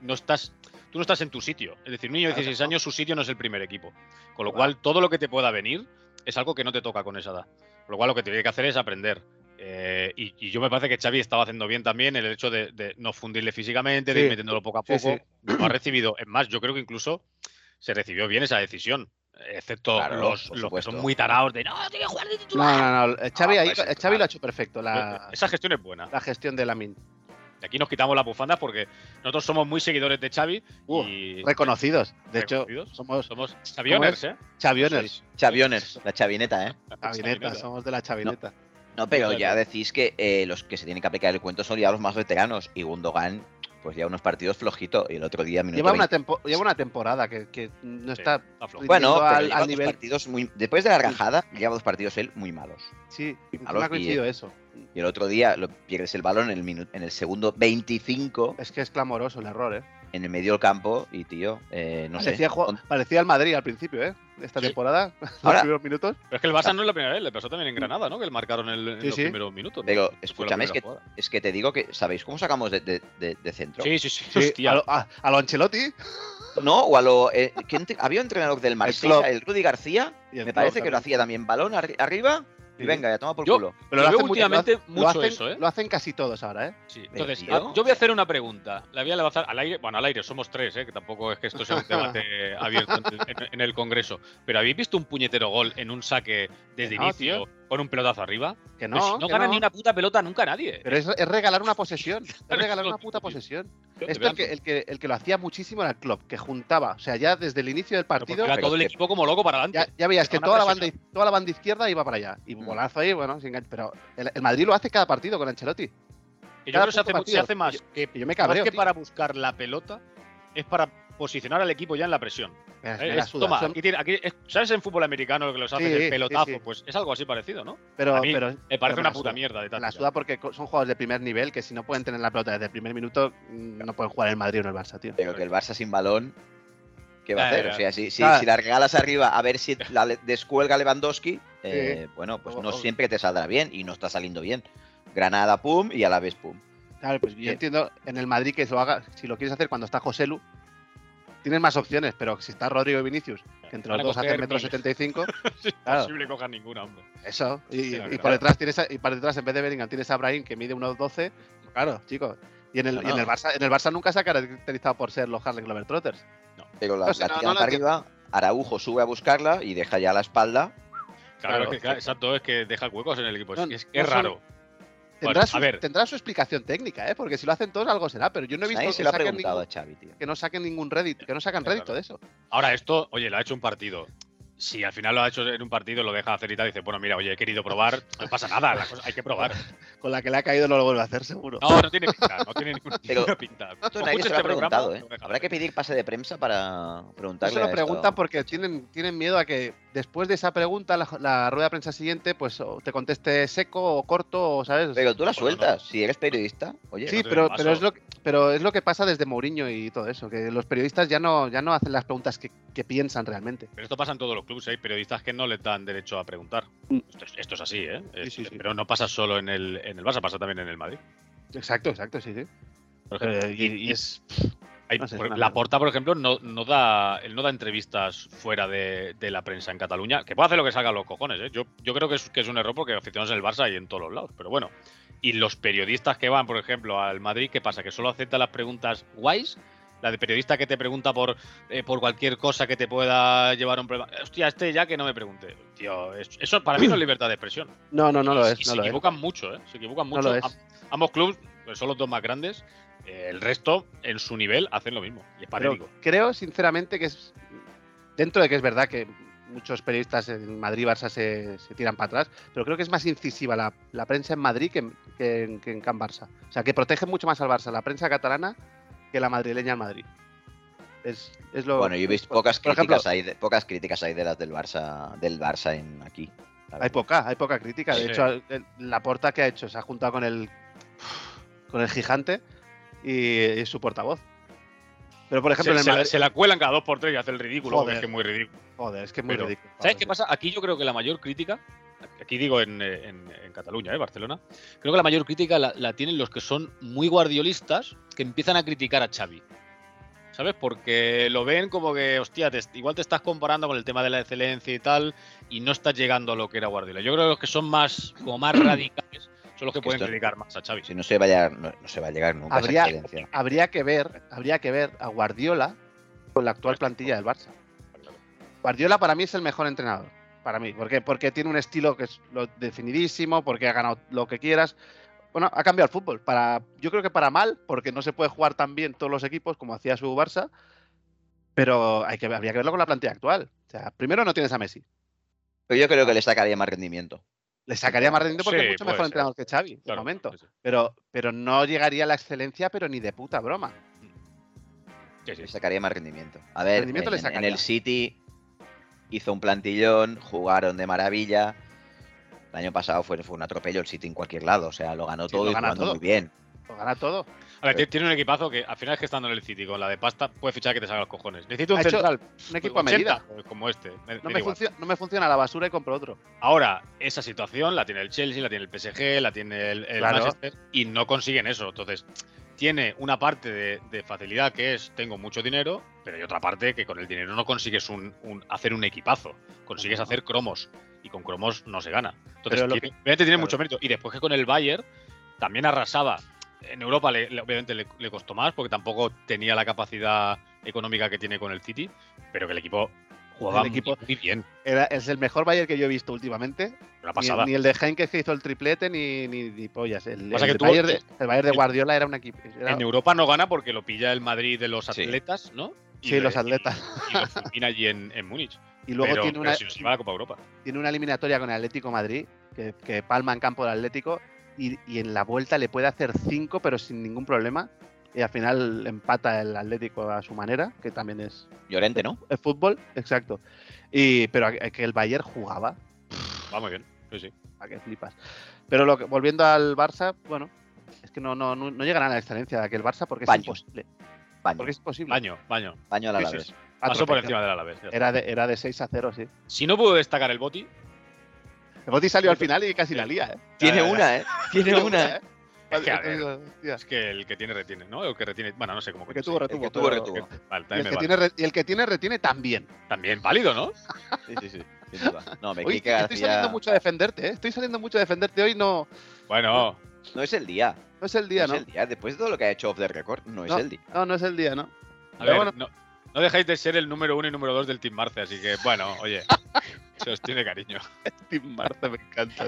Speaker 1: no estás, tú no estás en tu sitio. Es decir, un niño de
Speaker 4: Claro que
Speaker 1: 16
Speaker 4: no.
Speaker 1: años, su sitio no es el primer equipo. Con lo
Speaker 4: Claro.
Speaker 1: cual, todo lo que te pueda venir es algo que no te toca con esa edad. Con lo cual, lo que tiene que hacer es aprender. Eh, y, y yo me parece que Xavi estaba haciendo bien también el hecho de, de no fundirle físicamente, de
Speaker 4: Sí.
Speaker 1: ir metiéndolo poco a
Speaker 4: Sí,
Speaker 1: poco.
Speaker 4: sí.
Speaker 1: Lo ha recibido. Es más, yo creo que incluso se recibió bien esa decisión. Excepto
Speaker 2: Claro,
Speaker 1: los,
Speaker 2: por
Speaker 1: los que
Speaker 2: supuesto.
Speaker 1: son muy tarados de no, tiene que jugar de titular.
Speaker 4: No, no, no. eh, Xavi,
Speaker 2: Ah,
Speaker 4: ahí-
Speaker 2: pues,
Speaker 4: eh, Xavi lo ha hecho perfecto, la,
Speaker 1: Esa gestión es buena.
Speaker 4: la gestión de Lamin.
Speaker 1: Y aquí nos quitamos las bufandas porque nosotros somos muy seguidores de Xavi
Speaker 4: Uh,
Speaker 1: y
Speaker 4: Reconocidos. De
Speaker 1: ¿Reconocidos?
Speaker 4: hecho, somos
Speaker 1: somos Xavioners, ¿eh?
Speaker 4: chavioners.
Speaker 2: Chavioners, la chavineta, ¿eh?
Speaker 4: Chavineta,
Speaker 1: chavineta.
Speaker 4: somos de la chavineta.
Speaker 2: No, pero
Speaker 1: Claro.
Speaker 2: ya decís que eh, los que se tienen que aplicar el cuento son ya los más veteranos. Y Gundogan, pues ya unos partidos flojito. Y el otro día, minuto
Speaker 4: Lleva, una
Speaker 2: 20.
Speaker 4: tempo- lleva una temporada que, que no
Speaker 1: Sí,
Speaker 4: está.
Speaker 1: está flojo.
Speaker 4: Bueno,
Speaker 2: Bueno, pero
Speaker 4: al- al
Speaker 2: lleva dos
Speaker 4: nivel-
Speaker 2: partidos muy. Después de la rajada, lleva dos partidos él muy malos.
Speaker 4: Sí, encima
Speaker 2: malos
Speaker 4: ha coincidido eso.
Speaker 2: Y el otro día lo, pierdes el balón en el, minu- en el segundo 25
Speaker 4: Es que es clamoroso el error, ¿eh?
Speaker 2: en el medio del campo. Y tío, eh, no sé.
Speaker 4: parecía, jue- parecía el Madrid al principio, ¿eh? Esta
Speaker 1: Sí.
Speaker 4: temporada, [laughs] los
Speaker 2: Ahora-
Speaker 4: primeros minutos.
Speaker 1: Pero es que el Barça no es la primera vez, le pasó también en Granada, ¿no? Que le marcaron el, en
Speaker 4: Sí,
Speaker 1: los
Speaker 4: sí.
Speaker 1: primeros minutos.
Speaker 2: Pero,
Speaker 1: Fue la
Speaker 2: escúchame, es
Speaker 1: primera jugada.
Speaker 2: Es que te digo que, ¿sabéis cómo sacamos de, de- de- de centro?
Speaker 1: Sí, sí, sí.
Speaker 4: Sí,
Speaker 1: hostia.
Speaker 4: a, lo, a- a lo Ancelotti.
Speaker 2: No, o a lo. eh, ¿quién te- había un entrenador del
Speaker 4: Klopp.
Speaker 2: Marsella, el Rudy García.
Speaker 4: y el
Speaker 2: Me parece
Speaker 4: Klopp
Speaker 2: que lo
Speaker 4: también.
Speaker 2: hacía también balón arri- arriba. Y
Speaker 4: Sí.
Speaker 2: venga, ya toma por
Speaker 1: Yo-
Speaker 2: culo.
Speaker 1: Yo
Speaker 4: Pero lo
Speaker 1: veo
Speaker 4: hacen mucho-
Speaker 1: últimamente
Speaker 4: lo
Speaker 1: mucho
Speaker 4: hacen-
Speaker 1: eso, ¿eh?
Speaker 4: Lo hacen casi todos ahora, ¿eh?
Speaker 1: Sí.
Speaker 2: Pero,
Speaker 1: Entonces,
Speaker 2: tío.
Speaker 1: ah, yo voy a hacer una pregunta. La voy a lanzar al aire. Bueno, al aire somos tres, ¿eh? que tampoco es que esto sea [laughs] un debate abierto en, en- en el Congreso. Pero ¿habéis visto un puñetero gol en un saque desde
Speaker 4: Que no,
Speaker 1: inicio con un pelotazo arriba?
Speaker 4: Que no,
Speaker 1: Pues si no
Speaker 4: que
Speaker 1: gana
Speaker 4: no.
Speaker 1: ni una puta pelota nunca nadie.
Speaker 4: [laughs] Pero es, es regalar una posesión. Es
Speaker 1: [laughs] Claro,
Speaker 4: regalar
Speaker 1: eso,
Speaker 4: una puta
Speaker 1: tío.
Speaker 4: posesión.
Speaker 1: Yo te
Speaker 4: Esto
Speaker 1: veo
Speaker 4: el que, el, que, el que lo hacía muchísimo era el club, que juntaba. O sea, ya desde el inicio del partido.
Speaker 1: Era
Speaker 2: Pero
Speaker 1: todo el
Speaker 2: que-
Speaker 1: equipo como loco para adelante.
Speaker 4: Ya, ya veías que
Speaker 1: Era una
Speaker 4: toda la, banda,
Speaker 1: presión.
Speaker 4: toda la banda izquierda iba para allá. Y
Speaker 2: Mm.
Speaker 4: bolazo ahí, bueno, sin engan- Pero el, el Madrid lo hace cada partido con Ancelotti.
Speaker 1: Que yo
Speaker 4: Cada
Speaker 1: creo que se hace,
Speaker 4: puto
Speaker 1: mu- se
Speaker 4: partido.
Speaker 1: hace más que,
Speaker 4: Y yo me
Speaker 1: más
Speaker 4: cabreo.
Speaker 1: que
Speaker 4: tío.
Speaker 1: para buscar la pelota, es para posicionar al equipo ya en la presión.
Speaker 4: Me-
Speaker 1: Eh,
Speaker 4: me la
Speaker 1: es-
Speaker 4: suda.
Speaker 1: toma,
Speaker 4: Son-
Speaker 1: aquí tiene- aquí- es- ¿sabes en fútbol americano lo que los hace
Speaker 4: Sí, sí,
Speaker 1: el pelotazo?
Speaker 4: sí.
Speaker 1: Pues es algo así parecido, ¿no?
Speaker 4: pero,
Speaker 1: a mí
Speaker 4: pero
Speaker 1: Me
Speaker 4: Pero
Speaker 1: parece
Speaker 4: me
Speaker 1: una
Speaker 4: la
Speaker 1: puta
Speaker 4: suda.
Speaker 1: mierda de
Speaker 4: me la
Speaker 1: táctica.
Speaker 4: suda porque co- son jugadores de primer nivel que si no pueden tener la pelota desde el primer minuto, mm, no pueden jugar el Madrid o en el Barça, tío.
Speaker 2: Pero que el Barça sin balón, ¿qué va a
Speaker 1: Ya,
Speaker 2: hacer?
Speaker 1: ya,
Speaker 2: O
Speaker 1: ya.
Speaker 2: sea, si, si,
Speaker 4: Claro.
Speaker 2: si la regalas arriba a
Speaker 1: [laughs]
Speaker 2: ver si la le- descuelga Lewandowski, eh, bueno, pues
Speaker 4: O-
Speaker 2: no
Speaker 4: o-
Speaker 2: siempre te saldrá bien y no está saliendo bien. Granada, pum, y a la vez, pum.
Speaker 4: Claro, pues yo
Speaker 2: Sí.
Speaker 4: entiendo en el Madrid que lo haga, si lo quieres hacer cuando está José Lu, tienes más opciones, pero si está Rodrigo y Vinicius, que entre
Speaker 1: Van
Speaker 4: los
Speaker 1: a
Speaker 4: dos hacen
Speaker 1: coger
Speaker 4: metro
Speaker 1: goles. [laughs]
Speaker 4: 75,
Speaker 1: Es
Speaker 4: Claro.
Speaker 1: imposible que cojan ninguna, hombre.
Speaker 4: eso. Y,
Speaker 1: Sí, la
Speaker 4: y
Speaker 1: verdad.
Speaker 4: por detrás tienes a- y por detrás en vez de Bellingham tienes a Brahim que mide 1.12. Claro, chicos, Y en el,
Speaker 2: No,
Speaker 4: y en
Speaker 2: no.
Speaker 4: el Barça, en el Barça nunca se ha caracterizado por ser los Harlem Globetrotters.
Speaker 2: Pero la,
Speaker 4: No sé,
Speaker 2: la
Speaker 4: Pues no,
Speaker 2: tiran
Speaker 4: no la
Speaker 2: para arriba, Araujo sube a buscarla y deja ya la espalda.
Speaker 1: Claro,
Speaker 4: Claro,
Speaker 1: es que, claro, exacto, es que deja huecos en el equipo. Es,
Speaker 4: No,
Speaker 1: es,
Speaker 4: no
Speaker 1: es
Speaker 4: son-
Speaker 1: raro.
Speaker 4: Tendrá,
Speaker 1: Bueno,
Speaker 4: su,
Speaker 1: Pues, a ver.
Speaker 4: tendrá su explicación técnica, ¿eh? Porque si lo hacen todos, algo será. Pero yo no he visto
Speaker 2: Nadie
Speaker 4: que,
Speaker 2: se lo ha
Speaker 4: saquen
Speaker 2: preguntado
Speaker 4: ningún-
Speaker 2: a Xavi, tío.
Speaker 4: que no saquen ningún Reddit, que no sacan
Speaker 1: Claro.
Speaker 4: Reddit de eso.
Speaker 1: Ahora, esto, oye, lo ha hecho un partido. Si al final lo ha hecho en un partido, lo deja hacer y tal, dice, bueno, mira, oye, he querido probar, no pasa nada, la cosa- hay que probar.
Speaker 4: Con la que le ha caído no lo vuelve a hacer, seguro.
Speaker 1: No, no tiene pinta, no [laughs] tiene ninguna,
Speaker 2: [laughs] Pero
Speaker 1: ninguna pinta.
Speaker 2: Esto
Speaker 1: Como
Speaker 2: nadie
Speaker 1: escucha
Speaker 2: se lo ha
Speaker 1: este programa,
Speaker 2: preguntado,
Speaker 1: lo
Speaker 2: ¿eh?
Speaker 1: deja
Speaker 2: Habrá que
Speaker 1: hacer.
Speaker 2: pedir pase de prensa para
Speaker 4: No
Speaker 2: preguntarle.
Speaker 4: se lo
Speaker 2: a esto.
Speaker 4: preguntan porque tienen, tienen miedo a que después de esa pregunta, la, la rueda de prensa siguiente, pues o te conteste seco o corto, o sabes.
Speaker 2: Pero tú la
Speaker 1: Bueno, no.
Speaker 2: sueltas, si eres periodista. Oye,
Speaker 4: sí,
Speaker 1: no te
Speaker 4: pero,
Speaker 1: den
Speaker 4: pero, es
Speaker 1: paso.
Speaker 4: lo que, pero es lo que pasa desde Mourinho y todo eso, que los periodistas ya no, ya no hacen las preguntas que, que piensan realmente.
Speaker 1: Pero esto pasa en todos los clubes, hay periodistas que no les dan derecho a preguntar. Esto es, esto es así, ¿eh? Es-
Speaker 4: Mm. sí, sí.
Speaker 1: Pero no pasa solo en el, en el Barça, pasa también en el Madrid.
Speaker 4: Exacto, exacto, sí, sí.
Speaker 1: Por ejemplo,
Speaker 4: Eh,
Speaker 1: y,
Speaker 4: y- y
Speaker 1: y-
Speaker 4: es-
Speaker 1: hay-
Speaker 4: no sé,
Speaker 1: por-
Speaker 4: es una
Speaker 1: la
Speaker 4: mierda.
Speaker 1: Porta, por ejemplo, no, no da, él no da entrevistas fuera de, de la prensa en Cataluña, que puede hacer lo que salga a los cojones. ¿eh? Yo, yo creo que es, que es un error porque aficionados en el Barça hay en todos los lados, pero bueno. Y los periodistas que van, por ejemplo, al Madrid, ¿qué pasa? ¿Que solo aceptan las preguntas guays? La de periodista que te pregunta por, eh, por cualquier cosa que te pueda llevar a un problema. Hostia, este ya que no me pregunte. Tío, es- eso para mí no es libertad de expresión.
Speaker 4: No, no, no lo
Speaker 1: Y-
Speaker 4: es.
Speaker 1: y
Speaker 4: no
Speaker 1: se
Speaker 4: lo es.
Speaker 1: equivocan mucho, ¿eh? Se equivocan
Speaker 4: No
Speaker 1: mucho.
Speaker 4: lo es.
Speaker 1: Am- ambos clubes pues, son los dos más grandes. eh, el resto, en su nivel, hacen lo mismo. Y es
Speaker 4: Pero
Speaker 1: patético.
Speaker 4: creo sinceramente que es dentro de que es verdad que muchos periodistas en Madrid y Barça se, se tiran para atrás, pero creo que es más incisiva la, la prensa en Madrid que, en- que en, que en Can Barça. O sea, que protege mucho más al Barça la prensa catalana que la madrileña en Madrid. Es, es lo,
Speaker 2: Bueno, yo he visto
Speaker 4: por-
Speaker 2: pocas
Speaker 4: por ejemplo,
Speaker 2: críticas, ahí de, pocas críticas ahí de las del Barça, del Barça en aquí. la
Speaker 4: Hay
Speaker 2: verdad.
Speaker 4: poca, hay poca crítica. De
Speaker 1: Sí.
Speaker 4: hecho, el- la porta que ha hecho se ha juntado con el con el gigante y, y su portavoz. Pero por ejemplo,
Speaker 1: se,
Speaker 4: en el
Speaker 1: se la,
Speaker 4: Madrid-
Speaker 1: se la cuelan cada dos por tres y hace el ridículo.
Speaker 4: Joder.
Speaker 1: Es que es muy ridículo.
Speaker 4: joder, es que es muy
Speaker 1: pero-
Speaker 4: ridículo.
Speaker 1: ¿Sabes qué pasa? Aquí yo creo que la mayor crítica, aquí digo en, eh, en- en Cataluña, ¿eh? Barcelona, creo que la mayor crítica la, la tienen los que son muy guardiolistas que empiezan a criticar a Xavi. ¿Sabes? Porque lo ven como que, hostia, te- igual te estás comparando con el tema de la excelencia y tal, y no estás llegando a lo que era Guardiola. Yo creo que los que son más, como
Speaker 4: [clears throat]
Speaker 1: más radicales, son los que
Speaker 2: que
Speaker 1: pueden
Speaker 2: esto-
Speaker 1: criticar más a Xavi.
Speaker 2: Si no se va a llegar, no, no se va a llegar nunca a esa
Speaker 4: Habría-
Speaker 2: excelencia.
Speaker 4: habría que ver, habría que ver a Guardiola con la actual plantilla del Barça. Guardiola para mí es el mejor entrenador. Para mí, ¿por qué? Porque tiene un estilo que es lo definidísimo, porque ha ganado lo que quieras. Bueno, ha cambiado el fútbol. Para, yo creo que para mal, porque no se puede jugar tan bien todos los equipos como hacía su Barça. Pero hay que, habría que verlo con la plantilla actual. O sea, primero no tienes a Messi.
Speaker 2: Pero yo creo que le sacaría más rendimiento.
Speaker 4: Le sacaría más rendimiento porque
Speaker 1: Sí,
Speaker 4: es mucho
Speaker 1: puede
Speaker 4: mejor
Speaker 1: ser.
Speaker 4: entrenador que Xavi, de
Speaker 1: Claro,
Speaker 4: momento.
Speaker 1: sí,
Speaker 4: Pero, pero no llegaría a la excelencia, pero ni de puta broma.
Speaker 1: sí, sí.
Speaker 2: Le sacaría más rendimiento. A ver,
Speaker 4: Rendimiento le
Speaker 2: en, en
Speaker 4: sacaría.
Speaker 2: el City hizo un plantillón, jugaron de maravilla. El año pasado fue, fue un atropello el City en cualquier lado. O sea, lo ganó
Speaker 4: Sí,
Speaker 2: todo
Speaker 4: lo
Speaker 2: y
Speaker 4: gana
Speaker 2: jugando
Speaker 4: todo.
Speaker 2: muy bien.
Speaker 4: Lo gana todo.
Speaker 1: A ver, tiene un equipazo que al final es que estando en el City con la de pasta, puede fichar que te salga los cojones. Necesito un
Speaker 4: Ha hecho
Speaker 1: central.
Speaker 4: Un equipo a
Speaker 1: 80,
Speaker 4: medida.
Speaker 1: pues, Como este. me- me
Speaker 4: No
Speaker 1: da
Speaker 4: me,
Speaker 1: igual.
Speaker 4: funcio- no me funciona la basura y compro otro.
Speaker 1: Ahora, esa situación la tiene el Chelsea, la tiene el PSG, la tiene el, el
Speaker 4: Claro.
Speaker 1: Manchester y no consiguen eso. Entonces, tiene una parte de, de facilidad que es tengo mucho dinero, pero hay otra parte que con el dinero no consigues un, un- hacer un equipazo, consigues
Speaker 4: No.
Speaker 1: hacer cromos y con cromos no se gana. Entonces,
Speaker 4: Pero lo
Speaker 1: tiene-
Speaker 4: que-
Speaker 1: obviamente tiene
Speaker 4: claro.
Speaker 1: mucho mérito. Y después que con el Bayern también arrasaba. En Europa le- le- obviamente le, le costó más porque tampoco tenía la capacidad económica que tiene con el City, pero que el equipo jugaba
Speaker 4: El equipo-
Speaker 1: muy, muy bien.
Speaker 4: Era- es el mejor Bayern que yo he visto últimamente.
Speaker 1: Una
Speaker 4: Ni,
Speaker 1: pasada.
Speaker 4: ni el de Henkes que hizo el triplete, ni, ni, ni pollas. El,
Speaker 1: Pasa
Speaker 4: el
Speaker 1: que tú-
Speaker 4: Bayern, de, el Bayern de
Speaker 1: en-
Speaker 4: Guardiola era un equipo. era-
Speaker 1: En Europa no gana porque lo pilla el Madrid de los
Speaker 2: Sí.
Speaker 1: atletas, ¿no?
Speaker 4: Sí, los
Speaker 1: le-
Speaker 4: atletas.
Speaker 1: Y, y lo fulmina allí en, en Múnich.
Speaker 4: y [laughs] luego
Speaker 1: pero,
Speaker 4: tiene,
Speaker 1: pero
Speaker 4: una,
Speaker 1: si no se va a la Copa Europa.
Speaker 4: tiene una eliminatoria con el Atlético Madrid, que, que palma en campo del Atlético, y, y en la vuelta le puede hacer cinco, pero sin ningún problema. Y al final empata el Atlético a su manera, que también es
Speaker 2: Llorente, ¿no?
Speaker 4: es fútbol, exacto. Y, pero a- a que el Bayern jugaba,
Speaker 1: Va muy bien. Sí, sí.
Speaker 4: a que flipas. Pero lo que- volviendo al Barça, bueno, es que no, no, no, no llegarán a la excelencia de aquel Barça porque es
Speaker 2: Baño.
Speaker 4: imposible.
Speaker 2: Baño.
Speaker 4: Porque es posible.
Speaker 1: Baño, baño.
Speaker 2: Baño a la
Speaker 1: Sí, sí,
Speaker 2: vez.
Speaker 1: sí.
Speaker 4: Ah,
Speaker 1: Pasó por
Speaker 4: tropezó.
Speaker 1: encima del Alavés. ya está.
Speaker 4: Era de, era de 6 a 0, sí.
Speaker 1: Si no puedo destacar el Boti,
Speaker 4: El Boti salió al final y casi la lía, ¿eh?
Speaker 2: Tiene
Speaker 1: Ya, ya, ya.
Speaker 2: una, ¿eh? Tiene una, ¿eh?
Speaker 1: Es que, a ver.
Speaker 4: Hostia,
Speaker 1: es que el que tiene retiene, ¿no? El que retiene. Bueno, no sé cómo.
Speaker 4: el que
Speaker 1: coño
Speaker 4: tuvo
Speaker 1: se
Speaker 2: El
Speaker 4: retuvo.
Speaker 2: que tuvo
Speaker 4: pero-
Speaker 1: dice.
Speaker 2: retuvo.
Speaker 1: Vale,
Speaker 4: Y
Speaker 1: también,
Speaker 4: el
Speaker 1: me
Speaker 4: que,
Speaker 1: vale.
Speaker 4: tiene, re- y el que tiene retiene también.
Speaker 1: también válido, ¿no?
Speaker 2: Sí, sí, sí. sin duda. No, me
Speaker 4: Oye,
Speaker 2: Quique
Speaker 4: estoy saliendo
Speaker 2: García.
Speaker 4: mucho a defenderte, ¿eh? Estoy saliendo mucho a defenderte hoy, no.
Speaker 1: Bueno,
Speaker 2: No es el día.
Speaker 4: No es el día,
Speaker 2: no
Speaker 4: ¿no?
Speaker 2: es el día. Después de todo lo que ha hecho Off the Record, no es el día.
Speaker 4: No, no es el día, ¿no?
Speaker 1: A
Speaker 4: Pero
Speaker 1: ver,
Speaker 4: bueno.
Speaker 1: no, no dejáis de ser el número uno y número dos del Team Marce, así que bueno,
Speaker 4: [laughs]
Speaker 1: oye, se os tiene cariño.
Speaker 4: Team Marta, me encanta.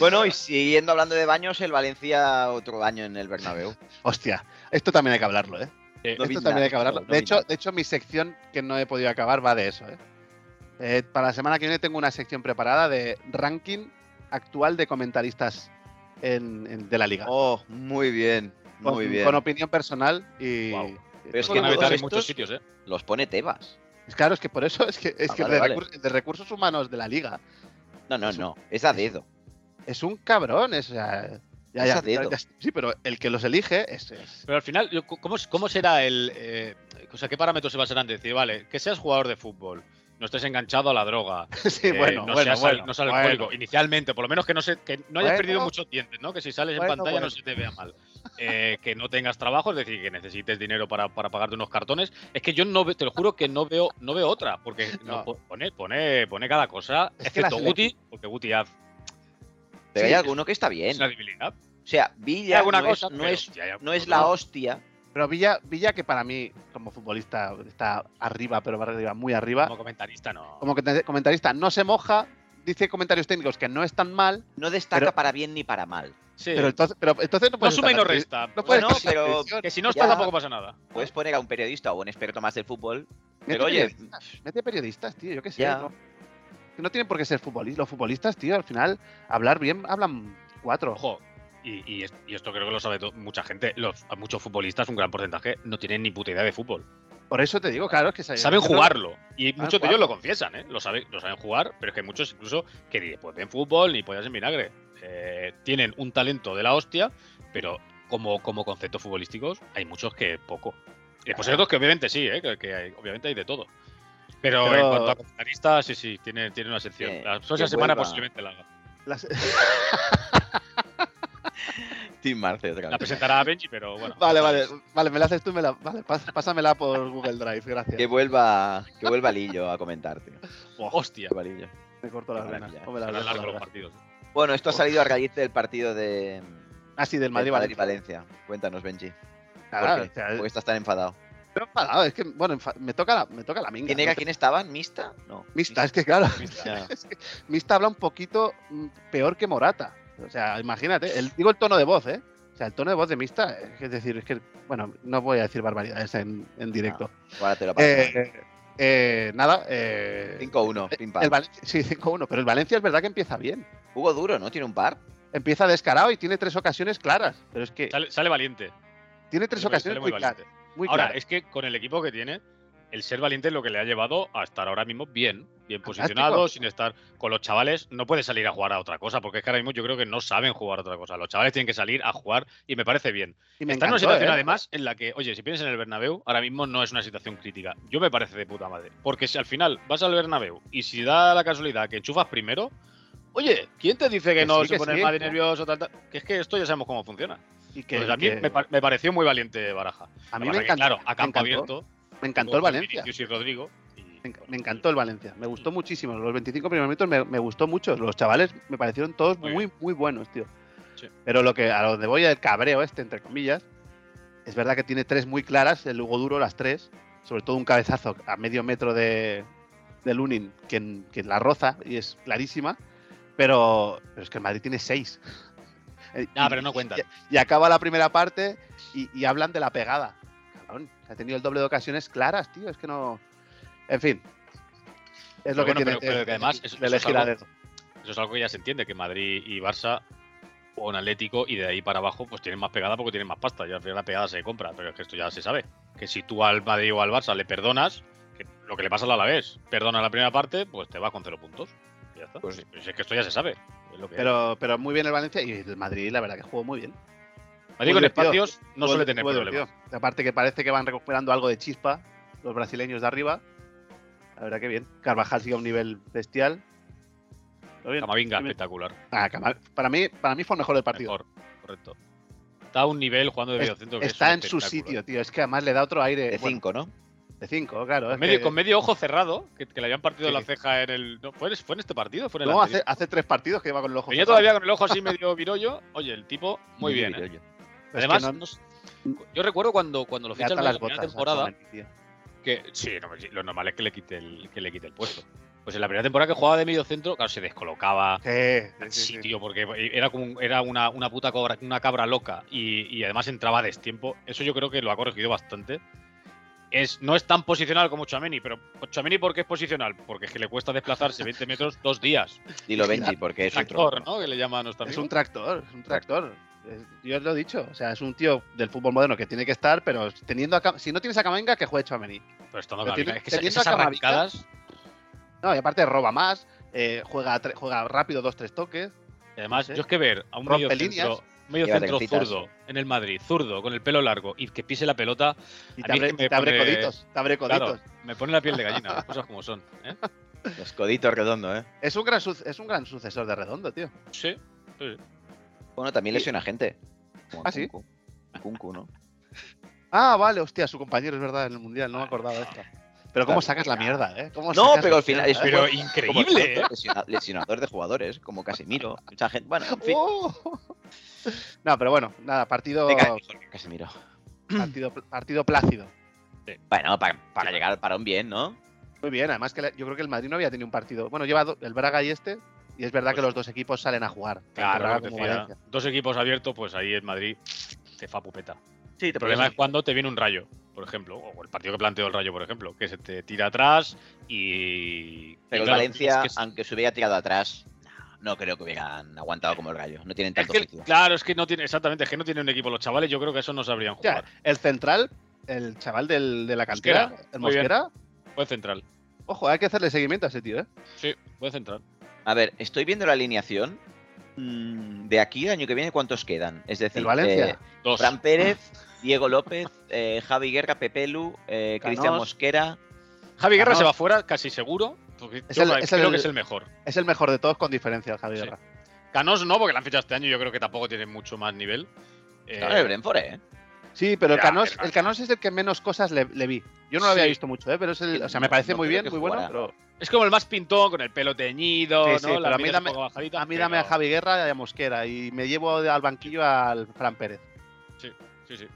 Speaker 2: Bueno, y siguiendo hablando de baños, el Valencia otro baño en el Bernabéu.
Speaker 4: [laughs] Hostia, esto también hay que hablarlo, ¿eh?
Speaker 1: Eh,
Speaker 2: No vi
Speaker 4: esto también
Speaker 2: nada,
Speaker 4: hay que hablarlo.
Speaker 2: no
Speaker 4: de,
Speaker 2: vi
Speaker 4: hecho,
Speaker 2: nada.
Speaker 4: de hecho, mi sección que no he podido acabar va de eso, ¿eh? Eh, Para la semana que viene tengo una sección preparada de ranking actual de comentaristas en- en- de la liga.
Speaker 2: Oh, muy bien,
Speaker 4: con,
Speaker 2: muy bien.
Speaker 4: con opinión personal y.
Speaker 1: Guau.
Speaker 2: Pero es
Speaker 1: os
Speaker 2: que
Speaker 1: van a
Speaker 2: todos
Speaker 1: vetar en
Speaker 2: estos-
Speaker 1: muchos sitios, ¿eh?
Speaker 2: Los pone Tebas.
Speaker 4: Es Claro, es que por eso es que, es
Speaker 2: Ah,
Speaker 4: que
Speaker 2: vale,
Speaker 4: el, de
Speaker 2: vale.
Speaker 4: recursos, el de recursos humanos de la liga
Speaker 2: No, no,
Speaker 4: Es un-
Speaker 2: no. Es a dedo.
Speaker 4: es un cabrón. Es, o sea, ya,
Speaker 2: Es
Speaker 4: ya,
Speaker 2: a dedo.
Speaker 4: ya- sí, pero el que los elige es. es- [laughs]
Speaker 1: Pero al final, yo, ¿cómo, cómo será el. eh, o sea, ¿qué parámetros se basarán? Decir, vale, que seas jugador de fútbol, no estés enganchado a la droga,
Speaker 4: [laughs] sí,
Speaker 1: eh,
Speaker 4: bueno,
Speaker 1: no
Speaker 4: bueno,
Speaker 1: seas, al-
Speaker 4: bueno,
Speaker 1: no seas
Speaker 4: bueno.
Speaker 1: alcohólico, inicialmente, por lo menos que no, se, que no hayas
Speaker 4: Bueno.
Speaker 1: perdido muchos dientes, ¿no? Que si sales
Speaker 4: Bueno,
Speaker 1: en pantalla
Speaker 4: bueno.
Speaker 1: no se te vea mal. Eh, que no tengas trabajo, es decir, que necesites dinero para, para pagarte unos cartones. Es que yo no ve- te lo juro que no veo, no veo otra,
Speaker 4: [laughs]
Speaker 1: porque
Speaker 4: No.
Speaker 1: no, po- pone, pone, pone cada cosa,
Speaker 4: Es que
Speaker 1: excepto
Speaker 4: las
Speaker 1: Guti, porque Guti haz
Speaker 2: Pero hay
Speaker 4: Sí,
Speaker 2: alguno que está bien.
Speaker 1: es una debilidad.
Speaker 2: O sea,
Speaker 1: Hay
Speaker 2: Villa
Speaker 1: alguna
Speaker 2: no,
Speaker 1: cosa,
Speaker 2: es, no,
Speaker 1: pero
Speaker 2: es,
Speaker 1: sí hay
Speaker 2: no
Speaker 1: alguna
Speaker 2: es la
Speaker 1: otra.
Speaker 2: hostia.
Speaker 4: Pero Villa, Villa, que para mí, como futbolista, está arriba, pero va arriba, muy arriba.
Speaker 1: Como comentarista, no.
Speaker 4: Como que- comentarista, no se moja, dice comentarios técnicos que no están mal,
Speaker 2: No destaca
Speaker 4: Pero-
Speaker 2: para bien ni para mal.
Speaker 1: Sí.
Speaker 4: pero entonces, pero entonces no
Speaker 1: no
Speaker 4: puedes.
Speaker 1: suma y
Speaker 4: estar
Speaker 1: no
Speaker 4: tan-
Speaker 1: resta.
Speaker 4: No puedes
Speaker 2: Bueno,
Speaker 4: estar tan
Speaker 2: pero-
Speaker 4: triste.
Speaker 1: Que si no os
Speaker 2: Ya.
Speaker 1: pasa, tampoco pasa nada.
Speaker 2: Puedes poner a un periodista o a un experto más del fútbol.
Speaker 4: Mete
Speaker 2: Pero oye,
Speaker 4: periodistas, mete periodistas, tío, yo qué sé.
Speaker 2: Ya.
Speaker 4: No, que no tienen por qué ser futbolistas. Los futbolistas, tío, al final, hablar bien, hablan cuatro.
Speaker 1: Ojo, y, y es- y esto creo que lo sabe to- mucha gente. Los, a muchos futbolistas, un gran porcentaje, no tienen ni puta idea de fútbol.
Speaker 4: Por eso te digo, claro, es que se- [laughs]
Speaker 1: Saben
Speaker 4: yo creo-
Speaker 1: jugarlo. Y muchos de
Speaker 4: jugarlo.
Speaker 1: ellos lo confiesan, ¿eh? Lo saben, lo saben jugar, pero es que muchos incluso que ni pues, ven fútbol ni pollas en vinagre. Eh, tienen un talento de la hostia, pero como, como conceptos futbolísticos hay muchos que poco. Y después hay otros que obviamente sí, ¿eh? que, que hay- obviamente hay de todo. Pero,
Speaker 4: Pero-
Speaker 1: en cuanto a comentaristas, sí, sí, tiene, tiene una sección.
Speaker 2: Que-
Speaker 1: la
Speaker 2: que
Speaker 1: próxima semana
Speaker 2: vuelva.
Speaker 1: posiblemente la haga.
Speaker 4: Las-
Speaker 2: Tim Marce otra
Speaker 1: La
Speaker 2: vez.
Speaker 1: presentará a Benji, pero bueno.
Speaker 4: vale, vale, vale, me la haces tú, y me la, vale, pas- pásamela por Google Drive, gracias.
Speaker 2: Que vuelva, que vuelva Lillo a comentarte.
Speaker 1: Hostia.
Speaker 4: me corto las
Speaker 2: qué
Speaker 4: venas.
Speaker 2: maravilla.
Speaker 4: o me las
Speaker 1: Serán
Speaker 4: dejo
Speaker 1: largos los
Speaker 4: largas.
Speaker 1: partidos.
Speaker 2: Bueno, esto ha salido a raíz del partido de
Speaker 4: Ah, sí, del
Speaker 2: del
Speaker 4: Madrid, vale.
Speaker 2: Madrid-Valencia. Cuéntanos, Benji.
Speaker 4: Claro,
Speaker 2: ¿Por
Speaker 4: o
Speaker 2: qué?
Speaker 4: sea,
Speaker 2: Porque estás tan enfadado.
Speaker 4: estoy enfadado, es que, bueno, enfa- me toca la, me toca la minga.
Speaker 2: ¿Quién
Speaker 4: ¿no?
Speaker 2: era? ¿Quién estaban? ¿Mista? No.
Speaker 4: Mista, es
Speaker 1: [laughs]
Speaker 4: que claro, [laughs]
Speaker 2: Ya.
Speaker 4: es que Mista habla un poquito mm, peor que Morata. O sea, imagínate, el- digo el tono de voz, ¿eh? O sea, el tono de voz de Mista, eh, es decir, es que, bueno, no voy a decir barbaridades en, en directo.
Speaker 2: Ahora te lo paso.
Speaker 4: Eh, eh, nada, eh,
Speaker 2: 5-1, pim pam.
Speaker 4: el Valencia, sí, 5-1, pero el Valencia es verdad que empieza bien.
Speaker 2: Hugo Duro, ¿no? Tiene un par.
Speaker 4: Empieza descarado y tiene tres ocasiones claras, pero es que
Speaker 1: Sale, sale valiente.
Speaker 4: tiene tres
Speaker 1: Sale-
Speaker 4: ocasiones
Speaker 1: sale muy
Speaker 4: muy claras.
Speaker 1: valiente.
Speaker 4: muy
Speaker 1: ahora,
Speaker 4: claras.
Speaker 1: es que con el equipo que tiene, el ser valiente es lo que le ha llevado a estar ahora mismo bien, bien posicionado, sin estar con los chavales. No puede salir a jugar a otra cosa, porque es que ahora mismo yo creo que no saben jugar a otra cosa. Los chavales tienen que salir a jugar y me parece bien.
Speaker 4: Y me
Speaker 1: Está en una
Speaker 4: encantó,
Speaker 1: situación,
Speaker 4: ¿eh?
Speaker 1: además, en la que, oye, si piensas en el Bernabéu, ahora mismo no es una situación crítica. Yo me parece de puta madre. Porque si al final vas al Bernabéu y si da la casualidad que enchufas primero, oye, ¿quién te dice que,
Speaker 4: Que
Speaker 1: no
Speaker 4: sí,
Speaker 1: se
Speaker 4: que
Speaker 1: pone
Speaker 4: sí.
Speaker 1: más nervioso? Tal, tal? Que es que esto ya sabemos cómo funciona.
Speaker 4: Y que-
Speaker 1: Entonces, Pues a mí
Speaker 4: que-
Speaker 1: me, par- me pareció muy valiente Baraja.
Speaker 4: a mí
Speaker 1: Lo que pasa es
Speaker 4: me
Speaker 1: que,
Speaker 4: encantó.
Speaker 1: Claro,
Speaker 4: me
Speaker 1: a campo
Speaker 4: encantó.
Speaker 1: abierto.
Speaker 4: Me encantó el
Speaker 1: con
Speaker 4: Valencia.
Speaker 1: Vinicius y Rodrigo. y-
Speaker 4: Me enc- me encantó el Valencia, me gustó muchísimo. Los 25 primeros minutos me, me gustó mucho. Los chavales me parecieron todos
Speaker 1: Muy
Speaker 4: muy, muy, buenos, tío.
Speaker 1: Sí.
Speaker 4: Pero lo que a donde voy el cabreo este, entre comillas, es verdad que tiene tres muy claras, el Hugo Duro, las tres, sobre todo un cabezazo a medio metro de, de Lunin que, en- que la roza y es clarísima, pero, pero es que el Madrid tiene seis. [laughs] Eh,
Speaker 1: Ah,
Speaker 4: y-
Speaker 1: pero no cuentan.
Speaker 4: Y, y acaba la primera parte y, y hablan de la pegada. Cabrón, ha tenido el doble de ocasiones claras, tío, es que no... En fin. Es lo
Speaker 1: Pero
Speaker 4: que
Speaker 1: bueno,
Speaker 4: tiene
Speaker 1: pero- pero que además es-
Speaker 4: de
Speaker 1: eso es
Speaker 4: elegir a
Speaker 1: algo-
Speaker 4: dedo.
Speaker 1: Eso es algo que ya se entiende, que Madrid y Barça o en Atlético y de ahí para abajo pues tienen más pegada porque tienen más pasta y al final la pegada se compra, pero es que esto ya se sabe. Que si tú al Madrid o al Barça le perdonas, que lo que le pasa al Alavés, perdonas la primera parte, pues te vas con cero puntos. Y ya está.
Speaker 2: Pues sí.
Speaker 1: Pero si es que esto ya se sabe. es lo que es.
Speaker 4: Pero, pero muy bien el Valencia y el Madrid, la verdad que jugó muy bien.
Speaker 1: Madrid
Speaker 4: muy
Speaker 1: con
Speaker 4: divertido.
Speaker 1: espacios no
Speaker 4: Jugó-
Speaker 1: suele tener
Speaker 4: jugó
Speaker 1: problemas.
Speaker 4: divertido. Aparte que parece que van recuperando algo de chispa los brasileños de arriba. La verdad que bien. Carvajal sigue a un nivel bestial. Todo bien.
Speaker 1: Camavinga,
Speaker 4: Dime.
Speaker 1: espectacular.
Speaker 4: Ah, Cama- para, mí, para mí fue mejor el partido.
Speaker 1: Mejor, correcto. Está a un nivel jugando de
Speaker 4: Es-
Speaker 1: videocentro que es
Speaker 4: Está
Speaker 1: un
Speaker 4: en su
Speaker 1: espectáculo.
Speaker 4: sitio, tío. Es que además le da otro aire.
Speaker 2: De
Speaker 4: Eh, bueno,
Speaker 2: 5, ¿no?
Speaker 4: De 5, claro. es
Speaker 1: Con medio,
Speaker 4: que-
Speaker 1: con medio ojo cerrado, que, que le habían partido
Speaker 4: Sí.
Speaker 1: la ceja en el. no, ¿fue, en- fue en este partido? ¿Fue en el
Speaker 4: No, hace,
Speaker 1: anterior?
Speaker 4: hace tres partidos que va con el ojo.
Speaker 1: Venía
Speaker 4: cerrado.
Speaker 1: todavía con el ojo así medio virollo. Oye, el tipo, muy bien. ¿eh?
Speaker 4: Es que
Speaker 1: Además,
Speaker 4: no-
Speaker 1: no sé- yo recuerdo cuando, cuando lo
Speaker 4: le
Speaker 1: fichan
Speaker 4: ata
Speaker 1: en
Speaker 4: las
Speaker 1: la
Speaker 4: botas.
Speaker 1: primera
Speaker 4: a
Speaker 1: temporada,
Speaker 4: Tomani, tío.
Speaker 1: que sí, no, sí, lo normal es que le quite el, que le quite el puesto. Pues en la primera temporada que jugaba de medio centro, claro, se descolocaba.
Speaker 4: Sí, sí, sí,
Speaker 1: Sí,
Speaker 4: sí.
Speaker 1: tío, porque era como un- era una, una puta cobra, una cabra loca y, y además entraba a destiempo. Eso yo creo que lo ha corregido bastante. Es, no es tan posicional como Chameni, pero Chameni ¿por qué es posicional? Porque es que le cuesta desplazarse 20 metros dos días.
Speaker 2: Dilo Benji, porque es otro.
Speaker 1: Actor, ¿no? Que le llama a nuestro
Speaker 4: Es
Speaker 1: amigo.
Speaker 4: un tractor, es un tractor. Es- Yo os lo he dicho. O sea, es un tío del fútbol moderno que tiene que estar, pero teniendo a Cam- si no tienes a Camenga, que juegue Chouameni.
Speaker 1: Pero estando
Speaker 4: pero
Speaker 1: Camavinga,
Speaker 4: tiene-
Speaker 1: es que esa-
Speaker 4: teniendo
Speaker 1: esas
Speaker 4: a Camavinga-
Speaker 1: arrancadas,
Speaker 4: No, y aparte roba más, eh, juega, tre- juega rápido dos, tres toques.
Speaker 1: y además,
Speaker 4: sé.
Speaker 1: yo es que ver a un
Speaker 4: Rompe
Speaker 1: medio
Speaker 4: líneas.
Speaker 1: centro, medio
Speaker 2: Lleva
Speaker 1: centro
Speaker 2: trencitas.
Speaker 1: zurdo en el Madrid, zurdo, con el pelo largo y que pise la pelota,
Speaker 4: Y
Speaker 1: A
Speaker 4: te
Speaker 1: mí es
Speaker 4: abre,
Speaker 1: que me
Speaker 4: te abre
Speaker 1: pone-
Speaker 4: coditos. Te abre coditos.
Speaker 1: claro, me pone la piel de gallina, las cosas como son. ¿eh?
Speaker 2: Los coditos redondos, ¿eh?
Speaker 4: Es, un gran su- es un gran sucesor de Redondo, tío.
Speaker 1: Sí, sí.
Speaker 2: Bueno, también
Speaker 4: Sí.
Speaker 2: lesiona gente. Como
Speaker 4: Ah, ¿sí?
Speaker 2: Kunku. Kunku, ¿no?
Speaker 4: Ah, vale, hostia, su compañero es verdad en el mundial, no me acordaba de esto. Pero cómo
Speaker 2: Claro.
Speaker 4: sacas la mierda, ¿eh? ¿Cómo
Speaker 2: No,
Speaker 4: sacas
Speaker 2: pero
Speaker 4: la
Speaker 2: al final es
Speaker 4: mierda,
Speaker 1: Pero
Speaker 4: eh?
Speaker 2: Como
Speaker 1: increíble, ¿eh?
Speaker 2: tanto lesiona- Lesionador de jugadores, como Casemiro. Mucha gente. Bueno, en fin.
Speaker 4: ¡Oh! No, pero bueno, nada, partido,
Speaker 2: Me cae mejor que Casemiro.
Speaker 4: partido, partido plácido.
Speaker 2: Bueno, para, para llegar al parón bien, ¿no?
Speaker 4: Muy bien, además que la- yo creo que el Madrid no había tenido un partido. Bueno, lleva do- el Braga y este, y es verdad que los dos equipos salen a jugar. tanto
Speaker 1: Pues Claro,
Speaker 4: Braga
Speaker 1: como
Speaker 4: como
Speaker 1: decía,
Speaker 4: Valencia.
Speaker 1: dos equipos abiertos, pues ahí en Madrid te fa pupeta.
Speaker 2: Sí, te
Speaker 1: El problema es cuando te viene un rayo, por ejemplo, o el partido que planteó el rayo, por ejemplo, que se te tira atrás y.
Speaker 2: Pero
Speaker 1: y
Speaker 2: el
Speaker 1: claro,
Speaker 2: Valencia,
Speaker 1: es que-
Speaker 2: aunque se hubiera tirado atrás, no creo que hubieran aguantado como el gallo. No tienen
Speaker 1: es
Speaker 2: tanto
Speaker 1: que-
Speaker 2: oficio.
Speaker 1: claro, es que no tiene, exactamente, es que no tiene un equipo los chavales, yo creo que eso no sabrían
Speaker 4: Ya,
Speaker 1: jugar.
Speaker 4: el central, el chaval del- de la
Speaker 1: Mosquera,
Speaker 4: cantera, el
Speaker 1: muy bien.
Speaker 4: Mosquera,
Speaker 1: Puede central.
Speaker 4: ojo, hay que hacerle seguimiento a ese tío, ¿eh?
Speaker 1: Sí, puede central.
Speaker 2: A ver, estoy viendo la alineación. Mm, De aquí al año que viene, ¿cuántos quedan? Es decir,
Speaker 4: ¿El Valencia?
Speaker 2: eh,
Speaker 1: Dos.
Speaker 2: Fran Pérez, Diego López, eh, Javi Guerra, Pepelu, eh, Cristian
Speaker 4: Canós.
Speaker 2: Mosquera.
Speaker 1: Javi Guerra
Speaker 4: Ramos.
Speaker 1: se va fuera, casi seguro. Porque
Speaker 4: Es
Speaker 1: yo
Speaker 4: el-
Speaker 1: creo
Speaker 4: es
Speaker 1: creo
Speaker 4: el-
Speaker 1: que es el mejor.
Speaker 4: Es el mejor de todos con diferencia, el Javi
Speaker 1: Sí.
Speaker 4: Guerra.
Speaker 1: Canos no, porque la han fichado este año, yo creo que tampoco tiene mucho más nivel. Eh,
Speaker 2: Claro, el Brentford, ¿eh?
Speaker 4: Sí, pero el
Speaker 1: Ya,
Speaker 4: Canós,
Speaker 1: pero-
Speaker 4: el Canós es el que menos cosas le, le vi. Yo no lo
Speaker 1: Sí.
Speaker 4: había visto mucho, ¿eh? Pero es el, o sea, me
Speaker 2: No-
Speaker 4: parece
Speaker 2: no
Speaker 4: muy
Speaker 2: creo
Speaker 4: bien,
Speaker 2: que
Speaker 4: muy bueno.
Speaker 2: jugará.
Speaker 4: Pero
Speaker 1: es como el más pintón, con el pelo teñido,
Speaker 4: Sí,
Speaker 1: ¿no?
Speaker 4: sí,
Speaker 1: La
Speaker 4: pero a mí
Speaker 1: mirada
Speaker 4: dame-
Speaker 1: un poco bajadita,
Speaker 4: a mí dame a
Speaker 1: pero-
Speaker 4: Javi Guerra y a Mosquera y me llevo al banquillo al Fran Pérez.
Speaker 1: Sí, sí.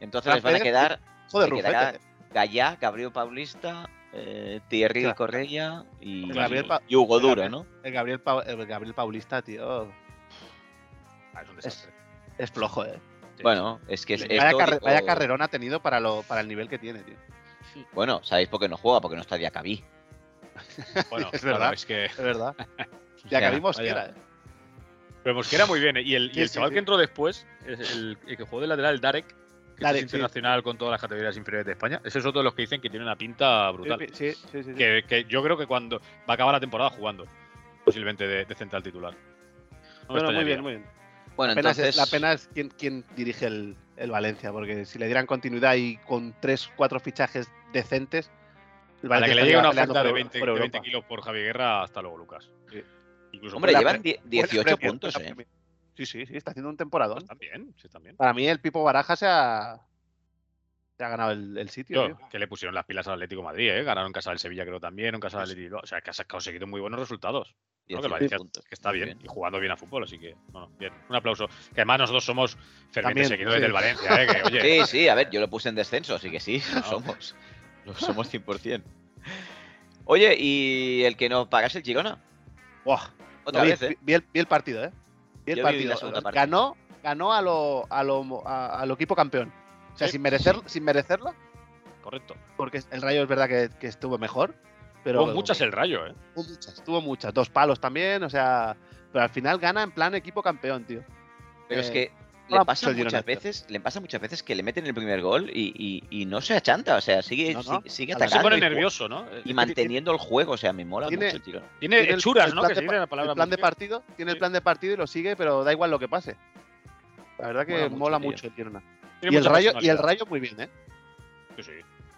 Speaker 2: Entonces
Speaker 4: Fran
Speaker 2: les van a
Speaker 4: Pérez,
Speaker 2: quedar
Speaker 4: Joder, eh,
Speaker 2: Te
Speaker 4: Rufete.
Speaker 2: quedará Gallá, Gabriel Paulista, eh, Thierry
Speaker 4: Claro.
Speaker 2: Correia y,
Speaker 4: Gabriel Pa-
Speaker 2: y Hugo Duro,
Speaker 4: Gabriel.
Speaker 2: ¿no?
Speaker 4: El Gabriel, Pau- el Gabriel Paulista, tío,
Speaker 1: Ah, es un
Speaker 4: [laughs]
Speaker 1: desastre.
Speaker 4: es flojo, ¿eh?
Speaker 1: Sí.
Speaker 2: Bueno, es que es, es
Speaker 4: Vaya,
Speaker 2: todo
Speaker 4: carre-
Speaker 2: tipo-
Speaker 4: vaya carrerón ha tenido para, lo, para el nivel que tiene, tío.
Speaker 2: Bueno, ¿sabéis por qué no juega? Porque no está Diacabí.
Speaker 1: Bueno,
Speaker 4: Es
Speaker 1: es
Speaker 4: verdad.
Speaker 1: verdad. Es que, [laughs]
Speaker 4: Es verdad.
Speaker 2: sea,
Speaker 4: Ya que vi Mosquera. ¿eh?
Speaker 1: pero Mosquera muy bien. ¿eh? Y el, y
Speaker 4: Sí,
Speaker 1: el
Speaker 4: sí,
Speaker 1: chaval
Speaker 4: sí.
Speaker 1: que entró después, es el, el que jugó de lateral, Darek, que
Speaker 4: Darek,
Speaker 1: es
Speaker 4: sí.
Speaker 1: internacional con todas las categorías inferiores de España. Ese es otro de los que dicen que tiene una pinta brutal.
Speaker 4: Sí, sí, sí. sí.
Speaker 1: Que, que yo creo que cuando va a acabar la temporada jugando, posiblemente de, de central titular. No me
Speaker 4: Bueno, muy
Speaker 1: extrañaría.
Speaker 4: bien, muy bien.
Speaker 2: Bueno,
Speaker 4: La pena,
Speaker 2: entonces.
Speaker 4: es, la pena es quién, quién dirige el, el Valencia, porque si le dieran continuidad y con tres, cuatro fichajes decentes, el
Speaker 1: Para que le llegue
Speaker 4: estaría
Speaker 1: una
Speaker 4: peleando
Speaker 1: oferta de
Speaker 4: por-
Speaker 1: 20,
Speaker 4: por
Speaker 1: de
Speaker 4: Europa.
Speaker 1: 20 kilos por Javi Guerra, hasta luego, Lucas.
Speaker 4: Sí.
Speaker 1: Incluso
Speaker 2: Hombre,
Speaker 1: por-
Speaker 2: llevan die-
Speaker 4: Buena
Speaker 2: 18
Speaker 4: Premier,
Speaker 2: puntos,
Speaker 4: buena
Speaker 2: ¿eh?
Speaker 4: Premier. Sí, sí, sí, está haciendo un temporadón.
Speaker 1: Están bien, sí, están bien.
Speaker 4: Para mí, el Pipo Baraja se ha, se ha ganado el, el sitio. eh.
Speaker 1: Yo,
Speaker 4: tío.
Speaker 1: que le pusieron las pilas al Atlético de Madrid, ¿eh? ganaron en casa del Sevilla, creo también, en casa del Atlético. O sea, que has conseguido muy buenos resultados. No, que
Speaker 2: 18
Speaker 1: el Valencia
Speaker 2: puntos.
Speaker 1: que está
Speaker 2: Muy
Speaker 1: bien, y jugando bien a fútbol, así que, no, no, bien. Un aplauso. Que además nosotros somos fervientes
Speaker 4: También,
Speaker 1: seguidores
Speaker 4: sí.
Speaker 1: del Valencia, ¿eh? Que,
Speaker 4: [laughs]
Speaker 1: oye, Ah.
Speaker 2: Sí, sí, a ver, yo lo puse en descenso, así que sí, [laughs] lo
Speaker 1: No.
Speaker 2: somos. Lo somos 100%. Oye, ¿y el que nos pagase el Girona?
Speaker 4: Buah,
Speaker 2: Otra
Speaker 4: lo vi,
Speaker 2: vez, ¿eh?
Speaker 4: vi- vi el, vi el partido, ¿eh? Vi el
Speaker 2: Yo vi
Speaker 4: partido.
Speaker 2: la segunda parte.
Speaker 4: Ganó, ganó a lo, a lo, a- al equipo campeón. O sea,
Speaker 1: Sí,
Speaker 4: sin, merecer, sin merecerlo,
Speaker 1: correcto.
Speaker 4: porque el Rayo es verdad que, que estuvo mejor. Pero
Speaker 1: Con muchas el rayo, ¿eh?
Speaker 4: Tuvo muchas, tuvo muchas. Dos palos también, o sea. Pero al final gana en plan equipo campeón, tío.
Speaker 2: Pero es
Speaker 4: Eh,
Speaker 2: que
Speaker 4: no la
Speaker 2: le
Speaker 4: ha puesto
Speaker 2: pasa
Speaker 4: el Girona
Speaker 2: muchas
Speaker 4: este.
Speaker 2: veces, le pasa muchas veces que le meten el primer gol y, y- y no se achanta, o sea, sigue,
Speaker 4: No, no.
Speaker 2: sigue- sigue
Speaker 4: A ver,
Speaker 1: Se
Speaker 2: atacando
Speaker 1: pone
Speaker 2: y, jugando
Speaker 1: nervioso, ¿no? Este Es que
Speaker 2: y manteniendo el juego, o sea, me mola
Speaker 4: Tiene-
Speaker 2: mucho el Girona.
Speaker 1: Tiene, tiene
Speaker 4: Tiene el-
Speaker 1: hechuras,
Speaker 4: el
Speaker 1: ¿no?
Speaker 4: plan
Speaker 1: Que
Speaker 4: de
Speaker 1: se dice
Speaker 4: pa-
Speaker 1: la palabra
Speaker 4: el plan de
Speaker 1: mucho.
Speaker 4: partido, tiene el
Speaker 1: Sí.
Speaker 4: plan de partido y lo sigue, pero da igual lo que pase. La verdad que
Speaker 2: Mola
Speaker 4: mola
Speaker 2: mucho,
Speaker 4: mucho,
Speaker 2: tío.
Speaker 4: el Girona.
Speaker 1: Tiene
Speaker 4: Y el,
Speaker 1: mucha
Speaker 4: rayo, y el
Speaker 1: personalidad.
Speaker 4: Rayo muy bien, ¿eh?
Speaker 1: Sí, sí.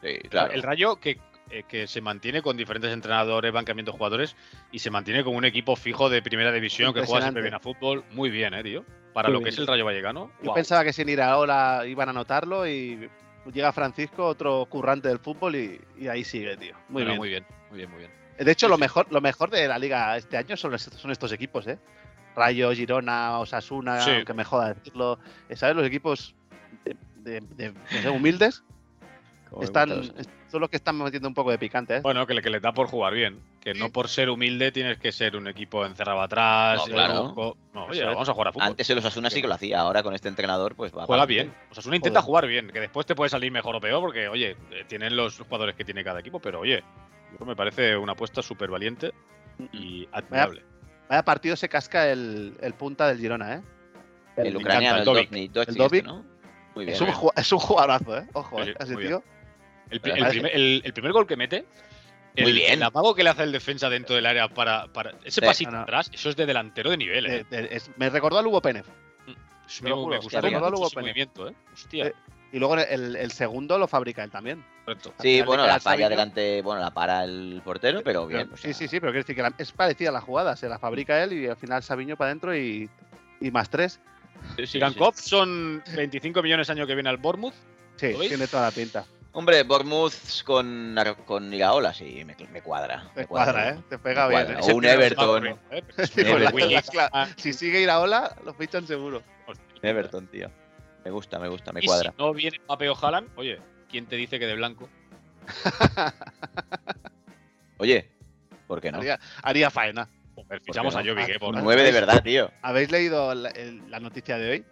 Speaker 2: Sí, claro.
Speaker 1: El Rayo que, eh, que se mantiene con diferentes entrenadores, bancamiento de jugadores y se mantiene como un equipo fijo de primera división que juega siempre
Speaker 4: Impresionante.
Speaker 1: bien a fútbol. Muy bien, ¿eh, tío? Para
Speaker 4: Muy
Speaker 1: lo
Speaker 4: bien.
Speaker 1: que es el Rayo Vallecano.
Speaker 4: Yo
Speaker 1: guau.
Speaker 4: pensaba que sin ir ahora iban a anotarlo y llega Francisco, otro currante del fútbol, y, y ahí sigue, tío. Muy
Speaker 1: Bueno,
Speaker 4: bien.
Speaker 1: muy bien, muy bien, muy bien.
Speaker 4: De hecho,
Speaker 1: Sí,
Speaker 4: lo
Speaker 1: sí.
Speaker 4: mejor, lo mejor de la liga este año son, los- son estos equipos, ¿eh? Rayo, Girona, Osasuna,
Speaker 1: Sí.
Speaker 4: aunque me joda decirlo. eh, ¿Sabes? Los equipos de, de- de- no
Speaker 1: [laughs]
Speaker 4: sé, humildes están, son los que están metiendo un poco de picante, ¿eh?
Speaker 1: Bueno, que, le- que les da por jugar bien. Que no por ser humilde tienes que ser un equipo encerrado atrás.
Speaker 2: No,
Speaker 1: eh,
Speaker 2: claro.
Speaker 1: loco. No, oye,
Speaker 4: Eso es.
Speaker 1: vamos a jugar a fútbol.
Speaker 2: Antes el Osasuna sí que lo hacía, ahora con este entrenador, pues va.
Speaker 1: Juega
Speaker 2: pa'lante.
Speaker 1: bien. O sea, Osasuna intenta
Speaker 4: Joder.
Speaker 1: jugar bien, que después te puede salir mejor o peor, porque, oye, eh, tienen los jugadores que tiene cada equipo, pero, oye, yo me parece una apuesta súper valiente y admirable.
Speaker 4: Vaya partido se casca el, el punta del Girona, ¿eh?
Speaker 2: El, ucraniano, el
Speaker 1: Me encanta, el
Speaker 2: Dovnik, Dovnik,
Speaker 4: El Dovnik.
Speaker 2: este, ¿no? Muy bien.
Speaker 4: Es un,
Speaker 1: bien.
Speaker 4: ju- es un jugadorazo, ¿eh? Ojo,
Speaker 1: Sí,
Speaker 4: ¿eh?
Speaker 1: sí,
Speaker 4: Ese
Speaker 1: muy
Speaker 4: tío.
Speaker 1: El, pri-
Speaker 2: Me
Speaker 1: el
Speaker 2: parece-
Speaker 1: primer, el- el primer gol que mete, el,
Speaker 2: Muy bien.
Speaker 1: el amago que le hace el defensa dentro del área para. para- ese
Speaker 2: Sí.
Speaker 1: pasito
Speaker 4: No, no.
Speaker 1: atrás, eso es de delantero de nivel, ¿eh?
Speaker 4: de- de- es- me recordó al Hugo Penef.
Speaker 1: Es
Speaker 4: te lo
Speaker 1: muy-
Speaker 4: juro,
Speaker 1: me
Speaker 4: hostia,
Speaker 1: gustaría
Speaker 4: recordalo,
Speaker 1: mucho ese
Speaker 4: Pene.
Speaker 1: movimiento, ¿eh? Hostia,
Speaker 4: Eh, Y luego el, el segundo lo fabrica él también.
Speaker 1: correcto.
Speaker 2: Sí,
Speaker 4: Al
Speaker 2: bueno,
Speaker 4: final
Speaker 2: la falla
Speaker 4: Sabiño-
Speaker 2: delante, bueno, la para el portero, pero bien. pues
Speaker 4: Pero-
Speaker 2: o sea,
Speaker 4: sí, sí, sí, pero quiero decir que la- es parecida a la jugada. Se la fabrica él y al final Sabiño para adentro y, y más tres.
Speaker 2: sí, sí,
Speaker 1: Sigan
Speaker 2: sí.
Speaker 1: Kopp son 25 millones año que viene al Bournemouth.
Speaker 4: Sí,
Speaker 1: ¿Lo veis?
Speaker 4: tiene toda la pinta.
Speaker 2: Hombre, Bournemouth con, Ar- con Iraola, sí, me, me cuadra.
Speaker 4: Te cuadra, ¿eh? Te pega
Speaker 2: Me
Speaker 4: bien.
Speaker 2: cuadra.
Speaker 4: ¿eh? [laughs]
Speaker 1: Ese
Speaker 2: un
Speaker 1: tío no se va
Speaker 2: Everton.
Speaker 1: corriendo, ¿eh?
Speaker 4: Sí, con la-
Speaker 1: Everton.
Speaker 4: la cla- si sigue ir a ola, lo fichan seguro.
Speaker 1: Hostia.
Speaker 2: Everton, tío. Me gusta, me gusta, me
Speaker 1: Y
Speaker 2: cuadra.
Speaker 1: si no viene Mbappé o Haaland, oye, ¿quién te dice que de blanco?
Speaker 2: Oye, ¿por qué no?
Speaker 4: Haría, haría faena.
Speaker 1: Joder, fichamos
Speaker 2: no?
Speaker 1: a Jovic, eh, por-
Speaker 2: Un 9 de verdad, tío.
Speaker 4: ¿Habéis leído la, el- la noticia de hoy?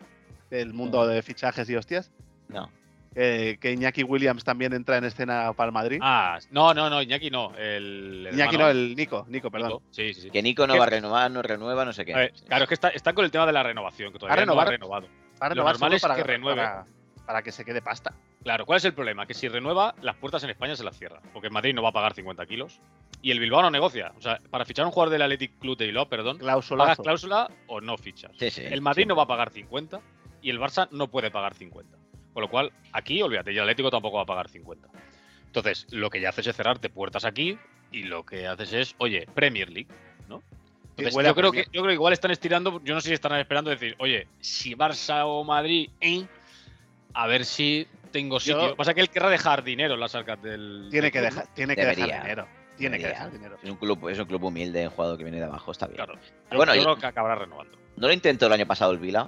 Speaker 4: Del mundo de fichajes y hostias.
Speaker 2: No.
Speaker 4: Eh, que Iñaki Williams también entra en escena para el Madrid.
Speaker 1: Ah, no, no, no, Iñaki no. El, el
Speaker 4: Iñaki no,
Speaker 1: hermano.
Speaker 4: el Nico. Nico, perdón.
Speaker 1: Nico. Sí, sí, sí.
Speaker 2: Que Nico no
Speaker 1: ¿Qué?
Speaker 2: va a renovar, no renueva, no sé qué.
Speaker 1: A ver,
Speaker 2: Sí.
Speaker 1: claro, es que está, están con el tema de la renovación, que todavía no ha
Speaker 4: renovado?
Speaker 1: renovado.
Speaker 4: Va a
Speaker 1: Lo
Speaker 4: renovar
Speaker 1: normal
Speaker 4: solo
Speaker 1: es que renueve.
Speaker 4: Para, para que se quede pasta.
Speaker 1: Claro, ¿cuál es el problema? Que si renueva, las puertas en España se las cierra, porque en Madrid no va a pagar 50 kilos. Y el Bilbao no negocia. O sea, para fichar a un jugador del Athletic Club de Bilbao, perdón, pagas
Speaker 4: Cláusulazo.
Speaker 1: cláusula o no fichas.
Speaker 2: Sí, sí.
Speaker 1: El Madrid no va a pagar 50 y el Barça no puede pagar 50. Con lo cual, aquí, olvídate, y el Atlético tampoco va a pagar 50. Entonces, lo que ya haces es cerrarte puertas aquí y lo que haces es, oye, Premier League, ¿no? Entonces,
Speaker 4: huele a
Speaker 1: yo, creo que,
Speaker 4: Premier.
Speaker 1: yo creo que igual están estirando, yo no sé si estarán esperando decir, oye, si Barça o Madrid, ¿eh? a ver si tengo sitio. Lo que pasa es que él querrá dejar dinero en las arcas del.
Speaker 4: Tiene
Speaker 1: del
Speaker 4: que
Speaker 1: club, ¿no?
Speaker 4: dejar, tiene que
Speaker 2: Debería.
Speaker 4: dejar dinero. Tiene que
Speaker 2: Debería.
Speaker 4: dejar dinero.
Speaker 2: Es un club, es un club humilde, un jugador que viene de abajo, está bien.
Speaker 1: Claro. Yo
Speaker 2: Bueno, y-
Speaker 1: creo que acabará renovando.
Speaker 2: ¿No lo intentó el año pasado el Vila?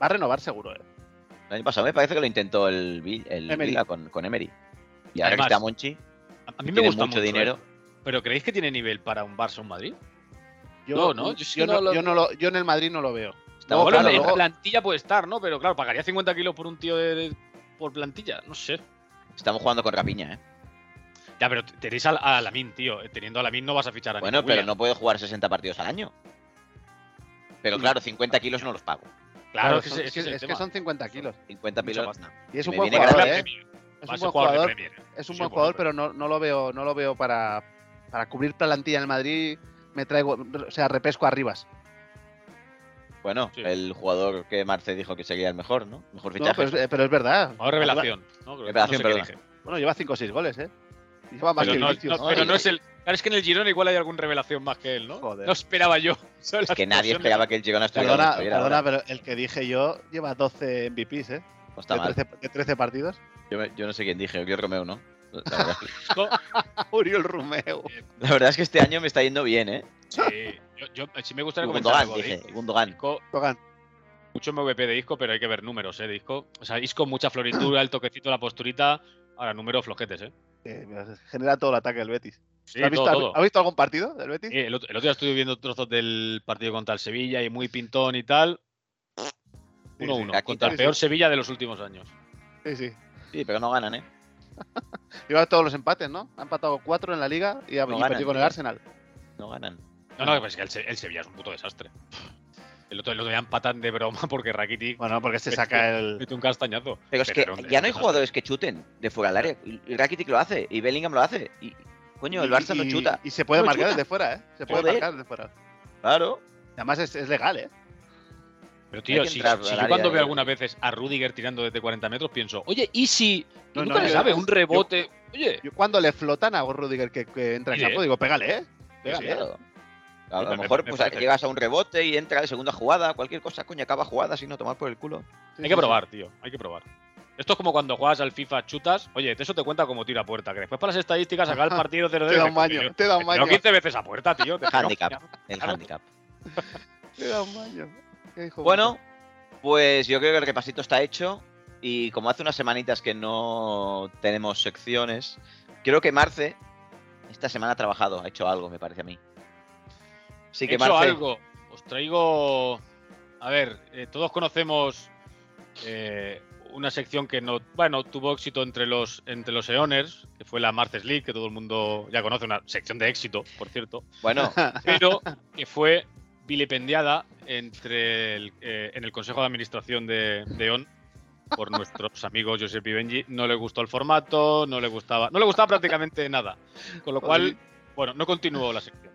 Speaker 4: Va a renovar seguro, eh.
Speaker 2: El año pasado me parece que lo intentó el, Vi- el
Speaker 4: Emery.
Speaker 2: Vila con, con Emery. Y ahora
Speaker 1: Además,
Speaker 2: que está Monchi,
Speaker 1: A- A mí me
Speaker 2: tiene
Speaker 1: gusta
Speaker 2: mucho,
Speaker 1: mucho, ¿eh?
Speaker 2: dinero.
Speaker 1: ¿Pero creéis que tiene nivel para un Barça o un Madrid?
Speaker 4: Yo
Speaker 1: No, no, yo
Speaker 4: yo,
Speaker 1: es que no
Speaker 4: no-
Speaker 1: lo-
Speaker 4: yo no lo- yo en el Madrid no lo veo.
Speaker 2: Está
Speaker 4: No,
Speaker 2: claro,
Speaker 1: bueno,
Speaker 4: claro,
Speaker 1: en
Speaker 4: luego-
Speaker 1: plantilla puede estar, ¿no? Pero claro, pagaría 50 kilos por un tío de, de- por plantilla, no sé.
Speaker 2: Estamos jugando con Rapiña, ¿eh?
Speaker 1: Ya, pero t- tenéis al- a, Lamin, tío. Eh, Teniendo a Lamin no vas a fichar a
Speaker 2: Bueno,
Speaker 1: ningún
Speaker 2: pero
Speaker 1: Willian.
Speaker 2: no puede jugar 60 partidos al año. Pero claro, 50 kilos no los pago.
Speaker 1: Claro, es que
Speaker 4: son-
Speaker 1: ese- ese es, el
Speaker 4: es que
Speaker 1: tema.
Speaker 4: son 50 kilos.
Speaker 2: 50
Speaker 1: Mucha
Speaker 2: kilos.
Speaker 1: pasta.
Speaker 4: Y es
Speaker 2: Me
Speaker 4: un buen
Speaker 2: viene que
Speaker 4: jugador,
Speaker 2: hablar
Speaker 4: ¿eh?
Speaker 1: Premier.
Speaker 4: Es
Speaker 1: Va a
Speaker 4: un
Speaker 1: ser
Speaker 4: buen
Speaker 1: jugador de
Speaker 4: jugador,
Speaker 1: Premier.
Speaker 4: es un
Speaker 1: Sí,
Speaker 4: buen
Speaker 1: bueno,
Speaker 4: jugador,
Speaker 1: pero-
Speaker 4: pero no, no lo veo, no lo veo para, para cubrir plantilla en el Madrid. Me traigo, o sea, repesco a Rivas.
Speaker 2: Bueno,
Speaker 1: Sí.
Speaker 2: el jugador que Marce dijo que sería el mejor, ¿no? Mejor
Speaker 4: No,
Speaker 2: fichaje.
Speaker 4: pero, es, eh, pero es verdad.
Speaker 1: Jugador revelación. ¿no? Creo que-
Speaker 2: Revelación,
Speaker 1: no sé qué
Speaker 2: perdón.
Speaker 1: dije.
Speaker 4: Bueno, lleva 5 o 6 goles, ¿eh? Lleva más
Speaker 1: Pero,
Speaker 4: que
Speaker 1: no,
Speaker 4: Vinicius.
Speaker 1: no,
Speaker 2: ¿no?
Speaker 1: pero
Speaker 2: Y-
Speaker 1: no es el. Claro, es que en el Girona igual hay algún revelación más que él, ¿no?
Speaker 4: Joder.
Speaker 1: No esperaba yo. [laughs] Son
Speaker 2: Es
Speaker 1: las
Speaker 2: que nadie
Speaker 1: personas-
Speaker 2: esperaba que el Girona estuviera
Speaker 4: Perdona,
Speaker 2: donde estuviera
Speaker 4: perdona,
Speaker 2: ahora.
Speaker 4: pero el que dije yo lleva 12 MVPs, ¿eh?
Speaker 2: No está
Speaker 4: De
Speaker 2: mal.
Speaker 4: 13, de
Speaker 2: [laughs]
Speaker 4: 13 partidos. [laughs]
Speaker 2: Yo, me- yo no sé quién dije, yo Romeo, ¿no? La verdad, es que-
Speaker 4: Uriel Romeo.
Speaker 2: la verdad es que este año me está yendo bien, ¿eh?
Speaker 1: Sí, yo, yo- sí me gustaría comentar
Speaker 2: Gundogan,
Speaker 1: algo de
Speaker 2: dije.
Speaker 1: Isco.
Speaker 2: Gundogan.
Speaker 1: Isco,
Speaker 4: Tocan.
Speaker 1: mucho MVP de Isco, pero hay que ver números, ¿eh? De Isco. O sea, Isco, mucha floritura, el toquecito, la posturita. Ahora, números flojetes, ¿eh?
Speaker 4: Eh, genera todo el ataque del Betis.
Speaker 1: Sí,
Speaker 4: ¿Has, visto,
Speaker 1: todo,
Speaker 4: has-
Speaker 1: todo.
Speaker 4: has visto algún partido del Betis?
Speaker 1: Sí, el, otro, el otro día estuve viendo trozos del partido contra el Sevilla y muy pintón y tal. 1-1,
Speaker 4: Sí,
Speaker 2: sí.
Speaker 1: contra el
Speaker 4: Sí,
Speaker 1: peor
Speaker 4: sí.
Speaker 1: Sevilla de los últimos años.
Speaker 4: Sí, sí.
Speaker 2: Sí, pero no ganan, ¿eh?
Speaker 4: Lleva todos los empates, ¿no? Ha empatado 4 en la liga y ha
Speaker 2: No
Speaker 4: y
Speaker 2: ganan,
Speaker 4: perdió con el
Speaker 2: tío.
Speaker 4: Arsenal.
Speaker 2: No ganan.
Speaker 1: No,
Speaker 4: Ah.
Speaker 1: no, pues es que el, Se- el Sevilla es un puto desastre. El otro, el otro día empatan de broma [laughs] porque Rakiti
Speaker 4: Bueno, porque se
Speaker 1: Es
Speaker 4: saca el.
Speaker 1: mete un castañazo.
Speaker 2: Pero es que
Speaker 1: era
Speaker 2: ya
Speaker 1: un-
Speaker 2: no hay
Speaker 1: un desastre.
Speaker 2: jugadores que chuten de fuera del área. Y Rakitic lo hace, y Bellingham lo hace. Y, coño, el Barça no
Speaker 4: y-
Speaker 2: chuta.
Speaker 4: Y, se puede
Speaker 2: No
Speaker 4: marcar
Speaker 2: chuta.
Speaker 4: desde fuera, ¿eh? Se puede
Speaker 2: Joder.
Speaker 4: marcar desde fuera.
Speaker 2: Claro.
Speaker 4: Además es, es legal, ¿eh?
Speaker 1: Pero
Speaker 2: hay
Speaker 1: tío,
Speaker 2: que
Speaker 1: si,
Speaker 2: entrar
Speaker 1: si
Speaker 2: al
Speaker 1: yo
Speaker 2: área
Speaker 1: cuando
Speaker 2: de-
Speaker 1: veo algunas veces a Rudiger tirando desde 40 metros pienso, oye, ¿y si?
Speaker 4: No,
Speaker 1: nunca
Speaker 4: no,
Speaker 1: le
Speaker 4: yo-
Speaker 1: sabe, un rebote. oye,
Speaker 4: Yo cuando le flotan a Rudiger que, que entra en
Speaker 1: Sí,
Speaker 4: campo,
Speaker 1: ¿eh?
Speaker 4: digo, pégale, ¿eh? Pégale. ¿eh?
Speaker 2: claro. A a
Speaker 1: Me-
Speaker 2: lo
Speaker 1: me-
Speaker 2: mejor
Speaker 1: me
Speaker 2: pues,
Speaker 1: parece.
Speaker 2: llegas a un rebote y
Speaker 1: [laughs]
Speaker 2: entra de segunda jugada, cualquier cosa, coño, acaba jugada, si no, tomar por el culo.
Speaker 4: Sí,
Speaker 1: hay
Speaker 4: sí,
Speaker 1: que probar, tío, hay que probar.
Speaker 4: sí.
Speaker 1: Esto es como cuando juegas al FIFA chutas. Oye, eso te cuenta como tira a puerta. Que después para las estadísticas sacar el partido 0-0.
Speaker 4: Te da un baño, te da un baño.
Speaker 1: 15 veces a puerta, tío. te-
Speaker 2: Handicap.
Speaker 1: no,
Speaker 2: El
Speaker 1: Claro.
Speaker 2: handicap.
Speaker 4: Te da un baño. Qué hijo
Speaker 2: Bueno, pues yo creo que el repasito está hecho. Y como hace unas semanitas que no tenemos secciones, creo que Marce esta semana ha trabajado, ha hecho algo, me parece a mí.
Speaker 1: He
Speaker 2: Sí que
Speaker 1: hecho
Speaker 2: Marce,
Speaker 1: algo. Os traigo. A ver, eh, todos conocemos eh, una sección que no, bueno, tuvo éxito entre los entre los Eoners, que fue la Martes League, que todo el mundo ya conoce, una sección de éxito, por cierto, [laughs]
Speaker 2: bueno, [laughs]
Speaker 1: pero que fue vilipendiada entre el, eh, en el Consejo de Administración de, de EON
Speaker 2: [laughs]
Speaker 1: por nuestros amigos Josep y Benji. No le gustó el formato, no le gustaba, no le gustaba prácticamente nada, con lo cual, bueno, no continuó la sección.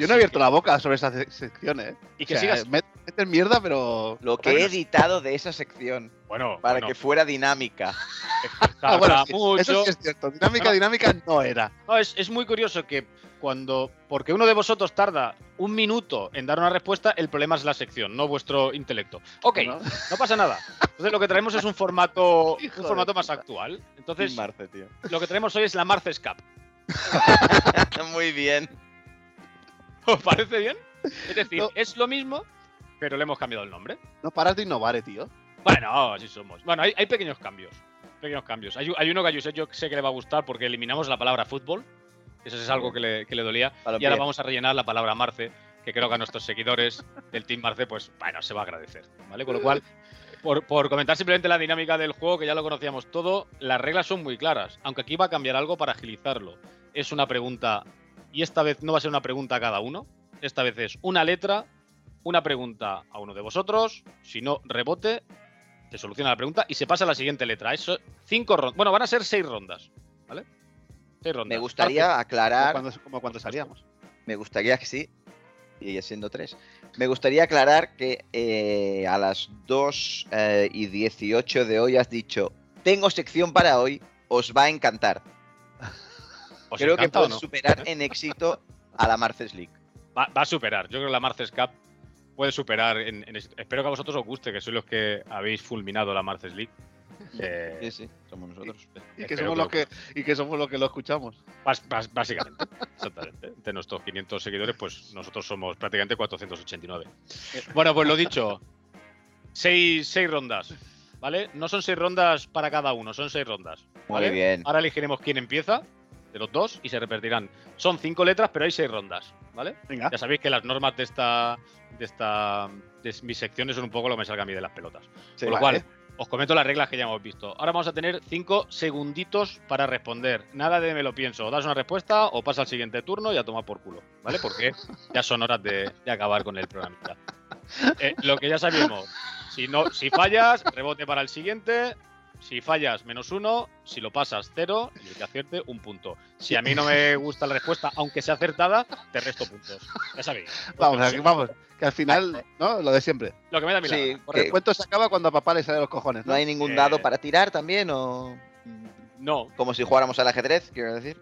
Speaker 4: Yo no he
Speaker 1: Así
Speaker 4: abierto la boca sobre esas sec- secciones.
Speaker 1: que- y que
Speaker 4: eh. O sea, [laughs]
Speaker 1: sigas.
Speaker 4: met- meten mierda, pero.
Speaker 2: lo que he editado de esa sección
Speaker 1: Bueno,
Speaker 2: para
Speaker 1: bueno.
Speaker 2: que fuera dinámica.
Speaker 4: Ah, [laughs] bueno,
Speaker 1: tarda
Speaker 4: sí,
Speaker 1: mucho.
Speaker 4: Eso sí es cierto. Dinámica, dinámica no era.
Speaker 1: No, es, es muy curioso que cuando. Porque uno de vosotros tarda un minuto en dar una respuesta, el problema es la sección, no vuestro intelecto. Ok,
Speaker 4: ¿no?
Speaker 1: no, pasa nada. Entonces lo que traemos es un formato, un
Speaker 4: [laughs] Hijo de
Speaker 1: formato más
Speaker 4: puta.
Speaker 1: actual. Entonces,
Speaker 2: [laughs] Marce, tío.
Speaker 1: lo que traemos hoy es la Marces Cup.
Speaker 2: Muy bien.
Speaker 1: [laughs] ¿Os parece bien? Es decir,
Speaker 4: No.
Speaker 1: es lo mismo, pero le hemos cambiado el nombre.
Speaker 4: No paras de innovar, eh, tío.
Speaker 1: Bueno, así somos. Bueno, hay, hay pequeños cambios. Pequeños cambios. Hay, hay uno que a Josep yo sé que le va a gustar porque eliminamos la palabra fútbol. Eso es algo que le, que le dolía.
Speaker 2: Para
Speaker 1: Y ahora
Speaker 2: bien.
Speaker 1: vamos a rellenar la palabra Marce, que creo que a nuestros seguidores del Team Marce, pues bueno, se va a agradecer. ¿Vale? Con lo cual, por, por comentar simplemente la dinámica del juego, que ya lo conocíamos todo, las reglas son muy claras. Aunque aquí va a cambiar algo para agilizarlo. Es una pregunta, y esta vez no va a ser una pregunta a cada uno. Esta vez es una letra, una pregunta a uno de vosotros. Si no, rebote, se soluciona la pregunta y se pasa a la siguiente letra. Eso, cinco rondas. Bueno, van a ser seis rondas. ¿Vale? Seis rondas.
Speaker 2: Me gustaría
Speaker 4: Como
Speaker 2: aclarar
Speaker 4: cuando, como cuando salíamos.
Speaker 2: me gustaría que sí, y siendo tres, me gustaría aclarar que eh, a las 2 eh, y 18 de hoy has dicho, tengo sección para hoy, os va a encantar.
Speaker 1: ¿Os
Speaker 2: Creo que
Speaker 1: encanta o
Speaker 2: puedes
Speaker 1: no?
Speaker 2: superar en éxito a la Marces
Speaker 1: [laughs]
Speaker 2: League.
Speaker 1: va, va a superar. Yo creo que la Marces Cup puede superar. En, en- espero que a vosotros os guste, que sois los que habéis fulminado la Marces [laughs] League. Eh,
Speaker 2: Sí, sí, somos nosotros.
Speaker 4: Y que,
Speaker 1: espero
Speaker 4: somos
Speaker 1: que
Speaker 4: los
Speaker 1: os
Speaker 4: que, y que somos los que lo escuchamos.
Speaker 1: Bas- bas- básicamente, exactamente. De nuestros 500 seguidores, pues nosotros somos prácticamente 489. Bueno, pues lo dicho, seis, seis rondas, ¿vale? No son seis rondas para cada uno, son seis rondas.
Speaker 2: Muy
Speaker 1: ¿vale? Ah,
Speaker 2: bien.
Speaker 1: Ahora elegiremos quién empieza de los dos y se repetirán. Son cinco letras, pero hay seis rondas, ¿vale?
Speaker 4: Venga.
Speaker 1: Ya sabéis que las normas de esta, de esta, de mis secciones son un poco lo que me salga a mí de las pelotas.
Speaker 2: Sí,
Speaker 1: Con lo
Speaker 4: vale.
Speaker 1: cual, os comento las reglas que ya hemos visto. Ahora vamos a tener cinco segunditos para responder. Nada de me lo pienso. O das una respuesta o pasa al siguiente turno y a tomar por culo, ¿vale? Porque ya son horas de, de acabar con el programita. Eh, lo que ya sabíamos. Si, no, si fallas, rebote para el siguiente. Si fallas, menos uno. Si lo pasas, cero. Y el que acierte, un punto. Si a mí no me gusta la respuesta, aunque sea acertada, te resto puntos. Ya sabéis.
Speaker 4: Vamos, aquí, vamos. Que al final, ¿no? Lo de siempre.
Speaker 1: Lo que me da mi
Speaker 2: Sí,
Speaker 1: lana.
Speaker 2: que-
Speaker 4: El cuento se acaba cuando a papá le sale los cojones,
Speaker 2: ¿No
Speaker 4: ¿no?
Speaker 2: hay ningún
Speaker 1: Eh,
Speaker 2: dado para tirar también? o
Speaker 1: No,
Speaker 2: Como si jugáramos al ajedrez, quiero decir.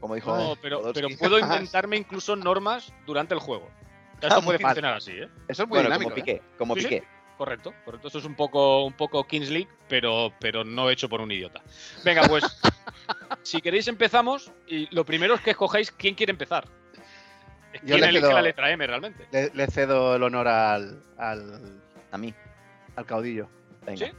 Speaker 2: Como dijo. eh,
Speaker 1: No, pero, pero
Speaker 2: Podolski. [laughs]
Speaker 1: puedo inventarme incluso normas durante el juego. O sea,
Speaker 2: Ah,
Speaker 1: Esto
Speaker 2: muy
Speaker 1: puede
Speaker 2: bien.
Speaker 1: funcionar así, ¿eh?
Speaker 4: Eso es muy
Speaker 2: Bueno,
Speaker 4: dinámico.
Speaker 2: como
Speaker 4: ¿eh?
Speaker 2: piqué, como
Speaker 1: Sí, sí.
Speaker 2: piqué.
Speaker 1: Correcto, correcto. Esto es un poco, un poco Kings League, pero, pero no hecho por un idiota. Venga, pues,
Speaker 2: [laughs]
Speaker 1: si queréis empezamos y lo primero es que escojáis quién quiere empezar. Es
Speaker 4: Yo
Speaker 1: quien
Speaker 4: le
Speaker 1: elige
Speaker 4: cedo-
Speaker 1: la letra M realmente.
Speaker 4: Le, le cedo el honor al, al,
Speaker 2: A mí.
Speaker 4: al caudillo.
Speaker 2: Venga.
Speaker 1: ¿Sí?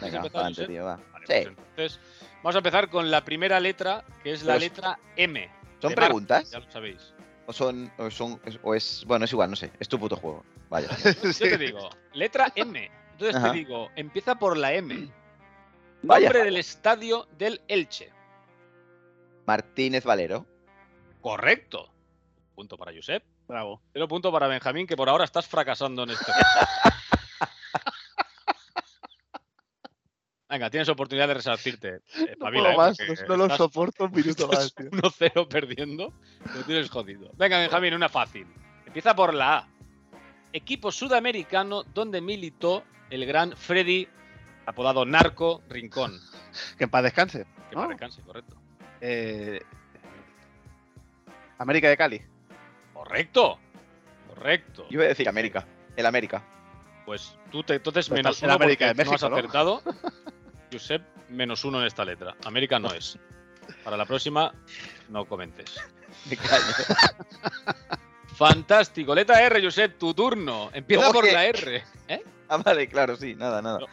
Speaker 2: Venga,
Speaker 1: empezado,
Speaker 2: adelante,
Speaker 1: Josep?
Speaker 2: tío, va.
Speaker 1: Vale, pues
Speaker 2: Sí.
Speaker 1: entonces, vamos a empezar con la primera letra, que es la
Speaker 2: Pues-
Speaker 1: letra M.
Speaker 2: ¿Son
Speaker 1: de Marta,
Speaker 2: preguntas?
Speaker 1: Ya lo sabéis.
Speaker 2: O son, o son, es- o es, bueno, es igual, no sé, es tu puto juego. Vaya. [laughs]
Speaker 4: [laughs]
Speaker 1: Yo te digo, letra M. Entonces
Speaker 2: Ajá.
Speaker 1: te digo, empieza por la
Speaker 4: [clears throat]
Speaker 1: M.
Speaker 2: Vaya.
Speaker 1: Nombre del estadio del Elche.
Speaker 2: Martínez Valero.
Speaker 1: Correcto. Punto para Josep.
Speaker 4: Bravo.
Speaker 1: Cero punto para Benjamín, que por ahora estás fracasando en este esto.
Speaker 4: [laughs]
Speaker 1: Venga, tienes oportunidad de resarcirte. eh,
Speaker 4: No
Speaker 1: espabila,
Speaker 4: puedo
Speaker 1: eh,
Speaker 4: más, pues
Speaker 1: porque
Speaker 4: no lo
Speaker 1: estás-
Speaker 4: soporto
Speaker 1: [laughs]
Speaker 4: un minuto
Speaker 1: estás
Speaker 4: más, tío.
Speaker 1: 1-0 perdiendo, lo tienes jodido. Venga, Benjamín, una fácil. Empieza por la A. Equipo sudamericano donde militó el gran Freddy, apodado Narco Rincón.
Speaker 4: Que en paz descanse.
Speaker 1: Que para
Speaker 4: ¿no?
Speaker 1: descanse, correcto.
Speaker 4: Eh, América de Cali.
Speaker 1: Correcto. Correcto.
Speaker 2: Yo iba a decir América. [laughs] El América.
Speaker 1: Pues tú te, entonces
Speaker 4: Pero
Speaker 1: menos
Speaker 4: está en
Speaker 1: uno
Speaker 4: América
Speaker 1: porque
Speaker 4: de
Speaker 1: no has
Speaker 4: [laughs] México, ¿no?
Speaker 1: acertado. Josep, menos uno en esta letra. América no es. Para la próxima, no comentes.
Speaker 2: Me callo.
Speaker 1: Fantástico. Letra R, Josep, tu turno. Empieza
Speaker 2: ¿Cómo
Speaker 1: por
Speaker 2: que?
Speaker 1: la R. ¿Eh?
Speaker 2: Ah, vale, claro, sí, nada, nada.
Speaker 1: No,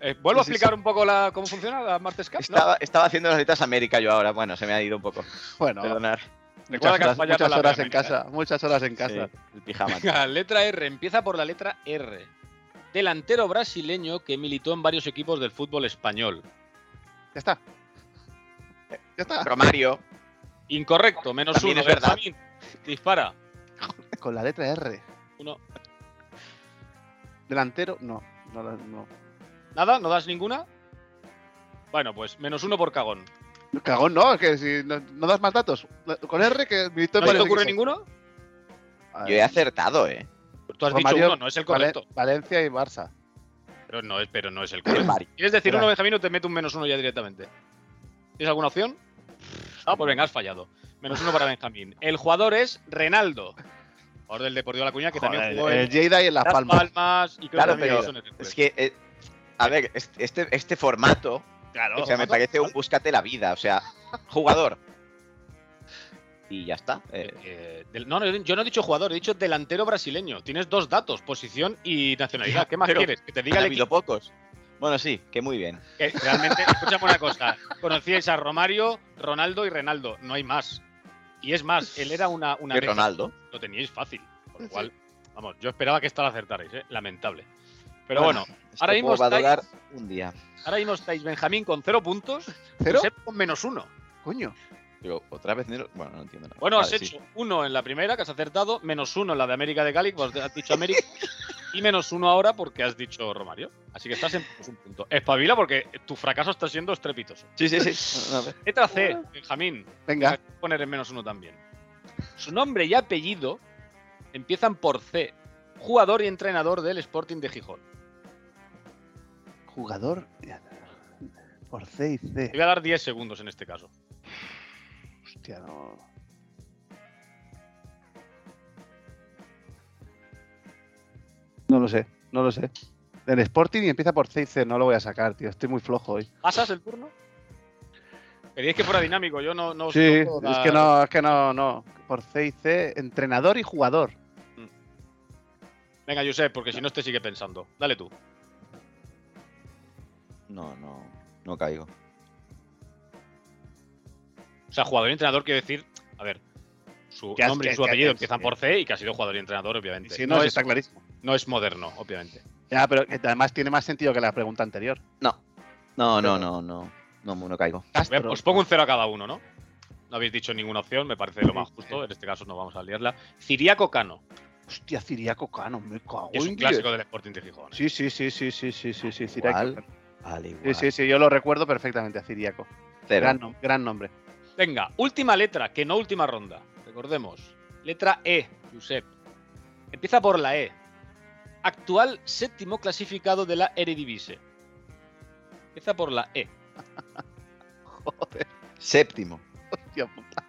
Speaker 1: Eh, ¿Vuelvo a
Speaker 4: Sí, sí,
Speaker 1: explicar un poco la, cómo funciona la Martes Cup? ¿no?
Speaker 2: Estaba, estaba haciendo las letras América yo ahora, bueno, se me ha ido un poco.
Speaker 4: Bueno,
Speaker 2: Perdonar.
Speaker 1: Recuerda
Speaker 4: muchas
Speaker 1: que has
Speaker 4: horas,
Speaker 1: fallado
Speaker 4: muchas
Speaker 1: la ¿eh? de
Speaker 4: horas en
Speaker 1: América.
Speaker 4: casa. Muchas horas en casa.
Speaker 2: Sí, el pijama.
Speaker 1: Venga, letra R, empieza por la letra R. Delantero brasileño que militó en varios equipos del fútbol español.
Speaker 4: Ya está. Ya está.
Speaker 2: Romario.
Speaker 1: Incorrecto, menos
Speaker 2: También
Speaker 1: uno.
Speaker 2: es verdad.
Speaker 1: Benjamín, dispara.
Speaker 4: Con la letra R.
Speaker 1: Uno.
Speaker 4: Delantero, no. no, la- no.
Speaker 1: ¿Nada? ¿No das ninguna? Bueno, pues menos uno por cagón.
Speaker 4: Cagón, no, es que si no, no das más datos. La- Con R que militó
Speaker 1: ¿No
Speaker 4: en
Speaker 1: se te
Speaker 4: varios
Speaker 1: ocurre
Speaker 4: equipos.
Speaker 1: ninguno?
Speaker 4: A ver,
Speaker 2: Yo he acertado, ¿eh?
Speaker 1: Tú has
Speaker 4: Romario,
Speaker 1: dicho uno, no es el
Speaker 4: Vale-
Speaker 1: correcto.
Speaker 4: Valencia y Barça.
Speaker 1: Pero no es, pero no es el
Speaker 4: [clears throat]
Speaker 1: correcto.
Speaker 2: Romario.
Speaker 1: ¿Quieres decir
Speaker 4: Espera.
Speaker 1: uno, Benjamín, o te meto un menos uno ya directamente? ¿Tienes alguna opción? Ah, pues venga, has fallado. Menos uno para Benjamín. El jugador es Renaldo. Jugador del Deportivo La Cuña, que
Speaker 4: Joder,
Speaker 1: también jugó en
Speaker 4: el Lleida y en Las
Speaker 1: Las
Speaker 4: Palmas.
Speaker 1: Palmas y creo
Speaker 2: Claro,
Speaker 1: que también
Speaker 2: pero
Speaker 1: hizo en el Hércules.
Speaker 2: Es que, eh, a ver, est- este, este formato,
Speaker 1: claro,
Speaker 2: o sea, me
Speaker 1: Fernando,
Speaker 2: parece un búscate la vida, o sea, jugador. Y ya está. eh,
Speaker 1: eh, del- no, no, yo no he dicho jugador, he dicho delantero brasileño. Tienes dos datos, posición y nacionalidad.
Speaker 2: Ya,
Speaker 1: ¿Qué más
Speaker 2: pero-
Speaker 1: quieres? Que te
Speaker 2: han
Speaker 1: diga el
Speaker 2: habido
Speaker 1: equipo.
Speaker 2: pocos. Bueno, sí, que muy bien.
Speaker 1: Que realmente, escúchame una cosa. Conocíais a Romario, Ronaldo y Renaldo. No hay más. Y es más, él era una, una
Speaker 2: Que
Speaker 1: bestia.
Speaker 2: Ronaldo.
Speaker 1: Lo teníais fácil. Por lo
Speaker 4: Sí.
Speaker 1: cual, vamos, yo esperaba que esta la acertarais, ¿eh? Lamentable. Pero
Speaker 2: Bueno.
Speaker 1: bueno,
Speaker 2: Este
Speaker 1: Ahora mismo
Speaker 2: juego va a durar
Speaker 1: estáis-
Speaker 2: un día.
Speaker 1: ahora mismo estáis Benjamín con cero puntos,
Speaker 4: ¿Cero?
Speaker 1: Josep con menos uno.
Speaker 4: Coño.
Speaker 2: Digo, otra vez negro. Bueno, no entiendo nada.
Speaker 1: Bueno, has
Speaker 2: Vale, sí.
Speaker 1: hecho uno en la primera, que has acertado, menos uno en la de América de Cali, que vos has dicho América, y menos uno ahora porque has dicho Romario. Así que estás en menos un punto. Espabila porque tu fracaso está siendo estrepitoso.
Speaker 2: Sí, sí, sí. Bueno, a ver.
Speaker 1: Letra C, Benjamín. Voy
Speaker 4: Venga.
Speaker 1: a poner en menos uno también. Su nombre y apellido empiezan por C. Jugador y entrenador del Sporting de Gijón.
Speaker 4: Jugador. Por C y
Speaker 1: Te
Speaker 4: C.
Speaker 1: voy a dar 10 segundos en este caso.
Speaker 4: Hostia, no. No lo sé, no lo sé. El Sporting y empieza por C y C. No lo voy a sacar, tío. Estoy muy flojo hoy.
Speaker 1: ¿Pasas el turno? Queríais que fuera dinámico, yo no, no os-
Speaker 4: Sí,
Speaker 1: no puedo
Speaker 4: es
Speaker 1: dar-
Speaker 4: que no, es que no, no. Por C y C, entrenador y jugador.
Speaker 1: Venga, Josep, porque si no, te sigue pensando. Dale tú.
Speaker 2: [laughs] No, no, no caigo.
Speaker 1: O sea, jugador y entrenador quiere decir, a ver, su
Speaker 4: Que has-
Speaker 1: nombre y
Speaker 4: que-
Speaker 1: su
Speaker 4: que-
Speaker 1: apellido
Speaker 4: que-
Speaker 1: empiezan por C y que ha sido jugador y entrenador, obviamente.
Speaker 4: Si
Speaker 1: no,
Speaker 4: no,
Speaker 1: es,
Speaker 4: está clarísimo.
Speaker 1: no es moderno, obviamente.
Speaker 4: Ya, pero que además tiene más sentido que la pregunta anterior.
Speaker 2: No. No, no, no, no. No, no caigo.
Speaker 1: Bien,
Speaker 4: Castro.
Speaker 1: os pongo un cero Pues a cada uno, ¿no? No habéis dicho ninguna opción, me parece lo más justo. En este caso no vamos a liarla. Ciriaco Cano,
Speaker 4: Hostia, Ciriaco Cano, me cago
Speaker 1: que es
Speaker 4: en
Speaker 1: un
Speaker 4: diez.
Speaker 1: clásico del Sporting de Gijón. ¿eh?
Speaker 4: Sí, sí, sí, sí, sí, sí, sí, sí,
Speaker 2: Igual,
Speaker 4: Ciriaco.
Speaker 2: Vale, igual.
Speaker 4: Sí, sí, sí, yo lo recuerdo perfectamente a Ciriaco.
Speaker 2: Cero.
Speaker 4: Gran, nom- gran nombre.
Speaker 1: Venga, última letra, que no última ronda. Recordemos. Letra E, Josep. Empieza por la E. Actual séptimo clasificado de la Eredivisie. Empieza por la E.
Speaker 2: Séptimo.
Speaker 4: [laughs] Hostia puta.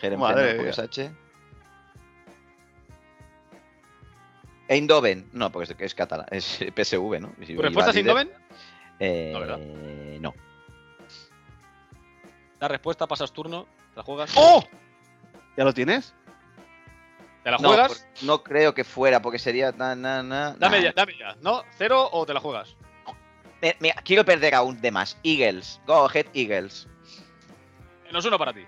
Speaker 2: Jerem
Speaker 4: Madre
Speaker 2: Fender, porque es H. Eindhoven. No, porque es, es catalán. Es PSV, ¿no? Si
Speaker 1: ¿Tu
Speaker 2: iba
Speaker 1: respuesta es
Speaker 2: líder,
Speaker 1: Indoven?
Speaker 2: eh,
Speaker 1: No, ¿verdad?
Speaker 2: no.
Speaker 1: La respuesta, pasas turno, te la juegas.
Speaker 4: ¡Oh! ¿Ya lo tienes?
Speaker 1: ¿Te la
Speaker 2: No,
Speaker 1: juegas?
Speaker 2: por- no creo que fuera, porque sería. Na, na, na,
Speaker 1: Dame
Speaker 2: nah.
Speaker 1: ya, dame ya. ¿No? ¿Cero o te la juegas?
Speaker 2: Me- me- quiero perder aún de más. Eagles. Go ahead, Eagles.
Speaker 1: Menos uno para ti.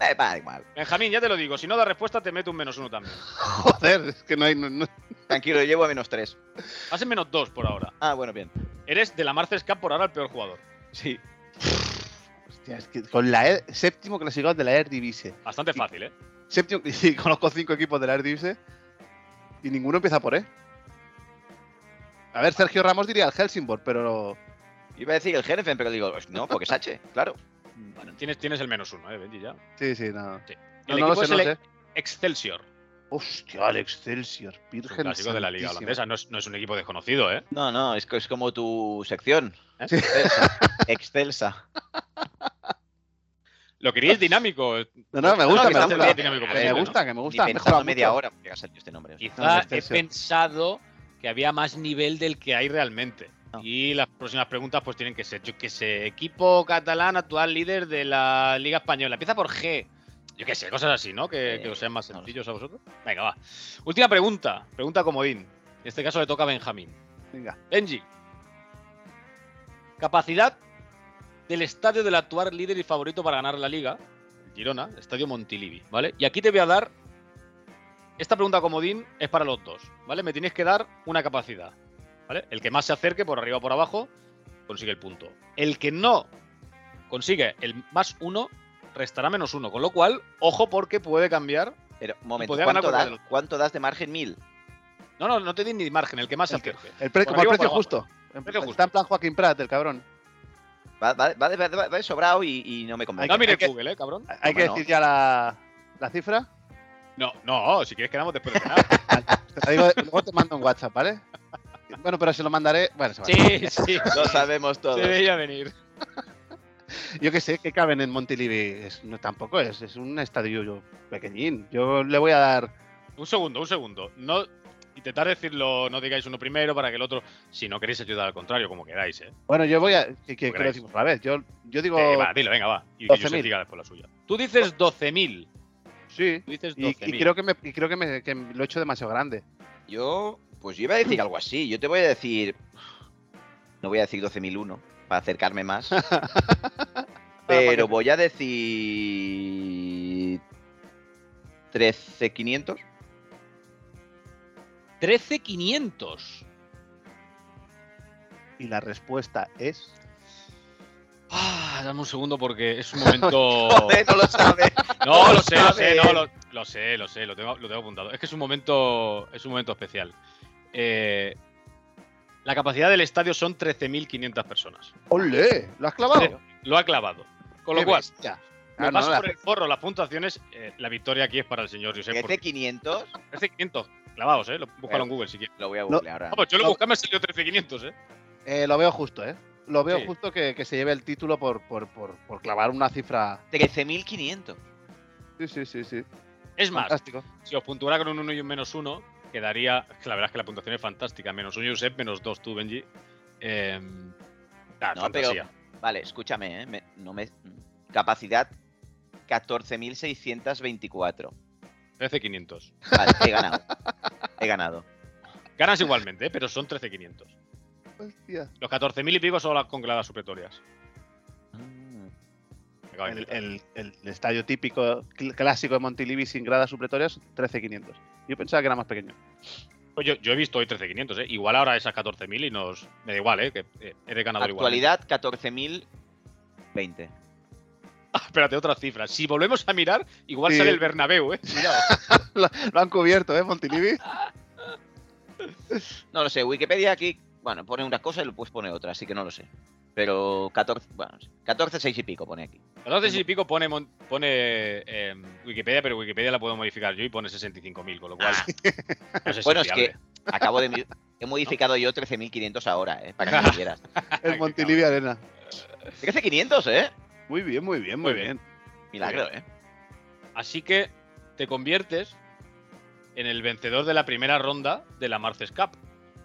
Speaker 2: Eh, va, da igual.
Speaker 1: Benjamín, ya te lo digo. Si no da respuesta, te meto un menos uno también.
Speaker 4: [laughs] Joder, es que no hay. no- no-
Speaker 2: Tranquilo, llevo a menos tres.
Speaker 1: Vas en menos dos por ahora.
Speaker 2: Ah, bueno, bien.
Speaker 1: Eres de la Marces Cup por ahora el peor jugador.
Speaker 2: Sí.
Speaker 4: Hostia, es que con la E- séptimo clasificado de la Eredivisie.
Speaker 1: Bastante fácil, ¿eh?
Speaker 4: Séptimo, [laughs] y conozco cinco equipos de la Eredivisie y ninguno empieza por E. A ver, Sergio Ramos diría el Helsingborg, pero
Speaker 2: Iba a decir el Jerefen, pero digo, pues no, porque es H, [laughs] claro.
Speaker 1: Bueno, tienes, tienes el menos uno, ¿eh, Benji? Ya.
Speaker 4: sí, sí, no.
Speaker 1: El
Speaker 4: No, no lo
Speaker 1: equipo
Speaker 4: sé,
Speaker 1: es
Speaker 4: no
Speaker 1: el
Speaker 4: lo sé.
Speaker 1: Excelsior.
Speaker 4: Hostia, el Excelsior,
Speaker 1: Es
Speaker 4: Virgen.
Speaker 1: un clásico de la Liga
Speaker 4: Santísima.
Speaker 1: Holandesa, no es, no es un equipo desconocido, ¿eh?
Speaker 2: No, no, es, co- es como tu sección.
Speaker 1: ¿Eh?
Speaker 2: Sí. [laughs] Excelsa. Excelsa.
Speaker 1: Lo queríais dinámico.
Speaker 4: No, no, me gusta,
Speaker 1: que
Speaker 4: me
Speaker 1: está muy
Speaker 4: gusta.
Speaker 1: bien, dinámico,
Speaker 2: A
Speaker 4: Que
Speaker 2: ver,
Speaker 4: me gusta, que me gusta.
Speaker 2: Ni
Speaker 4: han
Speaker 2: pensando
Speaker 4: mejorado
Speaker 2: media
Speaker 4: mucho.
Speaker 2: hora hubiera salido este nombre. o sea.
Speaker 4: No,
Speaker 1: Quizá
Speaker 4: es
Speaker 1: he
Speaker 4: Excelsior.
Speaker 1: pensado que había más nivel del que hay realmente.
Speaker 2: Ah.
Speaker 1: Y las próximas preguntas pues tienen que ser, yo qué sé, equipo catalán actual líder de la Liga Española. Empieza por G. Yo qué sé, cosas así, ¿no? Que,
Speaker 2: Eh,
Speaker 1: que os sean más
Speaker 2: no lo sé.
Speaker 1: sencillos a vosotros. Venga, va. Última pregunta. Pregunta comodín. En este caso le toca a Benjamín.
Speaker 4: Venga.
Speaker 1: Benji. Capacidad del estadio del actual líder y favorito para ganar la liga, el Girona, Estadio Montilivi, ¿vale? Y aquí te voy a dar. Esta pregunta comodín es para los dos, ¿vale? Me tienes que dar una capacidad, ¿vale? El que más se acerque por arriba o por abajo consigue el punto. El que no consigue el más uno restará menos uno, con lo cual, ojo porque puede cambiar.
Speaker 2: Pero, un momento,
Speaker 1: podría ganar
Speaker 2: ¿cuánto
Speaker 1: cualquiera
Speaker 2: das,
Speaker 1: de los
Speaker 2: ¿cuánto das de margen? Mil.
Speaker 1: No, no, no te di ni margen, el que más se acerque.
Speaker 4: El pre-
Speaker 1: Por
Speaker 4: como el
Speaker 1: arriba o
Speaker 4: precio
Speaker 1: por
Speaker 4: justo. En-
Speaker 1: Precio
Speaker 4: Está
Speaker 1: justo.
Speaker 4: en plan Joaquín Prat, el cabrón.
Speaker 2: Va, va- va de- va de- va de sobrado y, y no me convence.
Speaker 1: No mire
Speaker 4: hay que-
Speaker 1: Google, ¿eh, cabrón?
Speaker 4: Hay que
Speaker 2: no.
Speaker 4: decir ya la, la cifra.
Speaker 1: No, no, si quieres quedamos después de cenar.
Speaker 4: Te la digo- [laughs] luego te mando un WhatsApp, ¿vale? Bueno, pero se lo mandaré. Bueno, se va.
Speaker 1: Sí, [laughs] sí.
Speaker 2: [laughs] Lo sabemos todo.
Speaker 1: Se veía venir.
Speaker 4: Yo que sé, que caben en Montilivi. Es- no, tampoco es, es un estadio yo- pequeñín. Yo le voy a dar.
Speaker 1: Un segundo, un segundo. No intentar decirlo, no digáis uno primero para que el otro. Si no queréis ayudar al contrario, como queráis, eh.
Speaker 4: Bueno, yo voy a. Que, que- que lo
Speaker 1: Gracias.
Speaker 4: decimos a la vez. Yo, yo digo.
Speaker 1: Eh, va, dilo, venga, va. Y que yo
Speaker 4: 12.000.
Speaker 1: diga después la suya. Tú dices 12.000.
Speaker 4: sí.
Speaker 1: Tú dices
Speaker 4: Y,
Speaker 1: 12.000.
Speaker 4: y creo que, me, y creo que, me, que lo he hecho demasiado grande.
Speaker 2: Yo, pues yo iba a decir algo así. Yo te voy a decir. No voy a decir 12.001 para acercarme [laughs] más. pero voy a decir. [laughs] 13.500.
Speaker 1: 13.500.
Speaker 4: Y la respuesta es.
Speaker 1: Ah, dame un segundo porque [laughs] es un momento.
Speaker 2: Joder, no lo [laughs] sabe.
Speaker 1: No, lo sé, lo sé, no, lo, lo sé, lo sé, lo tengo, lo tengo apuntado. Es que es un momento, es un momento especial. Eh, la capacidad del estadio son 13.500 personas.
Speaker 4: ¡Ole! ¿Lo has clavado?
Speaker 1: Lo ha clavado. Con lo
Speaker 4: Qué
Speaker 1: cual,
Speaker 4: bestia.
Speaker 1: me
Speaker 4: Ah, no,
Speaker 1: paso
Speaker 4: la-
Speaker 1: por el forro las puntuaciones. eh, la victoria aquí es para el señor Josep. porque
Speaker 2: 13.500.
Speaker 1: 13.500 clavados, ¿eh? Lo- Búscalo en Google si quieres.
Speaker 2: Lo voy a googlear ahora.
Speaker 1: Vamos, yo lo
Speaker 4: No.
Speaker 1: busqué, me salió 13.500, ¿eh?
Speaker 4: eh, lo veo justo, ¿eh? Lo veo
Speaker 1: Sí.
Speaker 4: justo que, que se lleve el título por, por, por, por clavar una cifra.
Speaker 2: 13.500.
Speaker 4: Sí, sí, sí, sí.
Speaker 1: Es más,
Speaker 4: Fantástico.
Speaker 1: si os puntuara con un 1 y un menos 1, quedaría. es que La verdad es que la puntuación es fantástica. Menos 1 Josep, menos 2 tú, Benji. Eh, ah,
Speaker 2: No, pero-
Speaker 1: fantasía.
Speaker 2: Vale, escúchame, ¿eh? Me- no me... Capacidad 14.624.
Speaker 1: 13.500.
Speaker 2: Vale, he ganado. He ganado.
Speaker 1: Ganas igualmente, ¿eh? pero son 13.500.
Speaker 4: Hostia.
Speaker 1: Los 14.000 y pico son las congeladas supletorias.
Speaker 2: Mm.
Speaker 1: Me acabo de
Speaker 4: El,
Speaker 1: inventar.
Speaker 4: el- el- el estadio típico cl- clásico de Montilivi sin gradas supletorias, 13.500. Yo pensaba que era más pequeño.
Speaker 1: Pues yo, yo he visto hoy 13.500, ¿eh? Igual ahora esas 14.000 y nos. Me da igual, ¿eh? Que eh, eres ganador igual.
Speaker 2: Actualidad 14.020.
Speaker 1: Espérate, otra cifra. Si volvemos a mirar, igual
Speaker 4: Sí.
Speaker 1: sale el Bernabéu, ¿eh?
Speaker 4: lo, [laughs] lo han cubierto, ¿eh, Montilivi?
Speaker 1: [laughs]
Speaker 2: No lo sé, Wikipedia aquí, bueno, pone una cosa y después pone otra, así que no lo sé. Pero 14, bueno, no sé, 14, 6 y pico pone aquí.
Speaker 1: 14 y pico pone, mon- pone eh, Wikipedia, pero Wikipedia la puedo modificar yo y pone 65.000, con lo cual. no sé si
Speaker 2: Ah. [laughs] Bueno, es
Speaker 1: fiable.
Speaker 2: que acabo de... mi- He modificado yo 13.500 ahora, ¿eh? Para que
Speaker 4: [laughs]
Speaker 2: lo vieras.
Speaker 4: El Montilivi Arena.
Speaker 2: 13.500, ¿eh?
Speaker 4: Muy bien, muy bien, muy,
Speaker 1: Muy bien.
Speaker 4: bien.
Speaker 2: Milagro, ¿eh?
Speaker 1: Así que te conviertes en el vencedor de la primera ronda de la Marces Cup.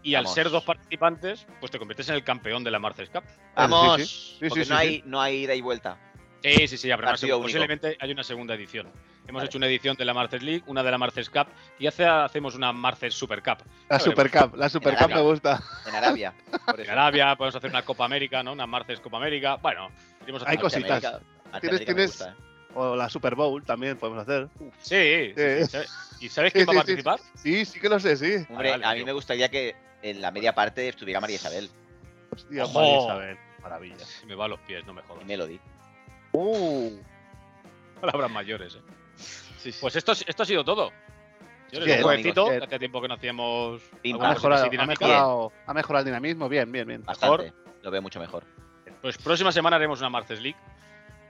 Speaker 1: Y al
Speaker 2: Vamos.
Speaker 1: ser dos participantes, pues te conviertes en el campeón de la Marces Cup.
Speaker 2: Vamos,
Speaker 4: sí, sí. Sí,
Speaker 2: porque
Speaker 4: sí,
Speaker 2: no,
Speaker 4: sí,
Speaker 2: hay, no hay ida y vuelta.
Speaker 1: Sí, sí, sí, habrá una
Speaker 2: Partido
Speaker 1: segu-
Speaker 2: único.
Speaker 1: posiblemente hay una segunda edición. Hemos
Speaker 2: Vale.
Speaker 1: hecho una edición de la Marces League, una de la Marces Cup y hace- hacemos una Marces Super Cup.
Speaker 4: La
Speaker 1: Veremos.
Speaker 4: Supercap, la Supercap me gusta.
Speaker 2: En Arabia. por
Speaker 1: En
Speaker 2: eso.
Speaker 1: Arabia, podemos hacer una Copa América, ¿no? Una Marces Copa América. Bueno, iremos
Speaker 4: Hay
Speaker 1: haciendo-
Speaker 4: cositas.
Speaker 2: Norteamérica-
Speaker 4: Tienes-
Speaker 2: Norteamérica me
Speaker 4: tienes-
Speaker 2: gusta, ¿eh?
Speaker 4: O la Super Bowl también podemos hacer.
Speaker 1: Sí, sí, sí, sí. ¿Y sabes quién va a
Speaker 4: Sí, sí, sí.
Speaker 1: participar?
Speaker 4: Sí, sí que lo sé, sí.
Speaker 2: Hombre,
Speaker 1: vale,
Speaker 2: a mí
Speaker 1: digo.
Speaker 2: me gustaría que en la media parte estuviera María Isabel
Speaker 4: Hostia,
Speaker 1: Ojo.
Speaker 4: María Isabel, Maravilla.
Speaker 1: Se me va a los pies, no me jodas.
Speaker 2: y Melody.
Speaker 4: Uh,
Speaker 1: Palabras mayores, ¿eh? Pues esto, es- esto ha sido todo. Yo les doy
Speaker 4: Bien,
Speaker 1: un jueguecito,
Speaker 4: amigos,
Speaker 1: que hacía tiempo que no hacíamos
Speaker 2: Pim,
Speaker 1: alguna
Speaker 4: ha,
Speaker 2: pam.
Speaker 1: cosita
Speaker 4: mejorado,
Speaker 1: así
Speaker 4: ha,
Speaker 1: dinámica.
Speaker 4: mejorado, ha mejorado el dinamismo, bien, bien, bien.
Speaker 2: Bastante. Lo veo mucho mejor.
Speaker 1: Pues próxima semana haremos una Marces League.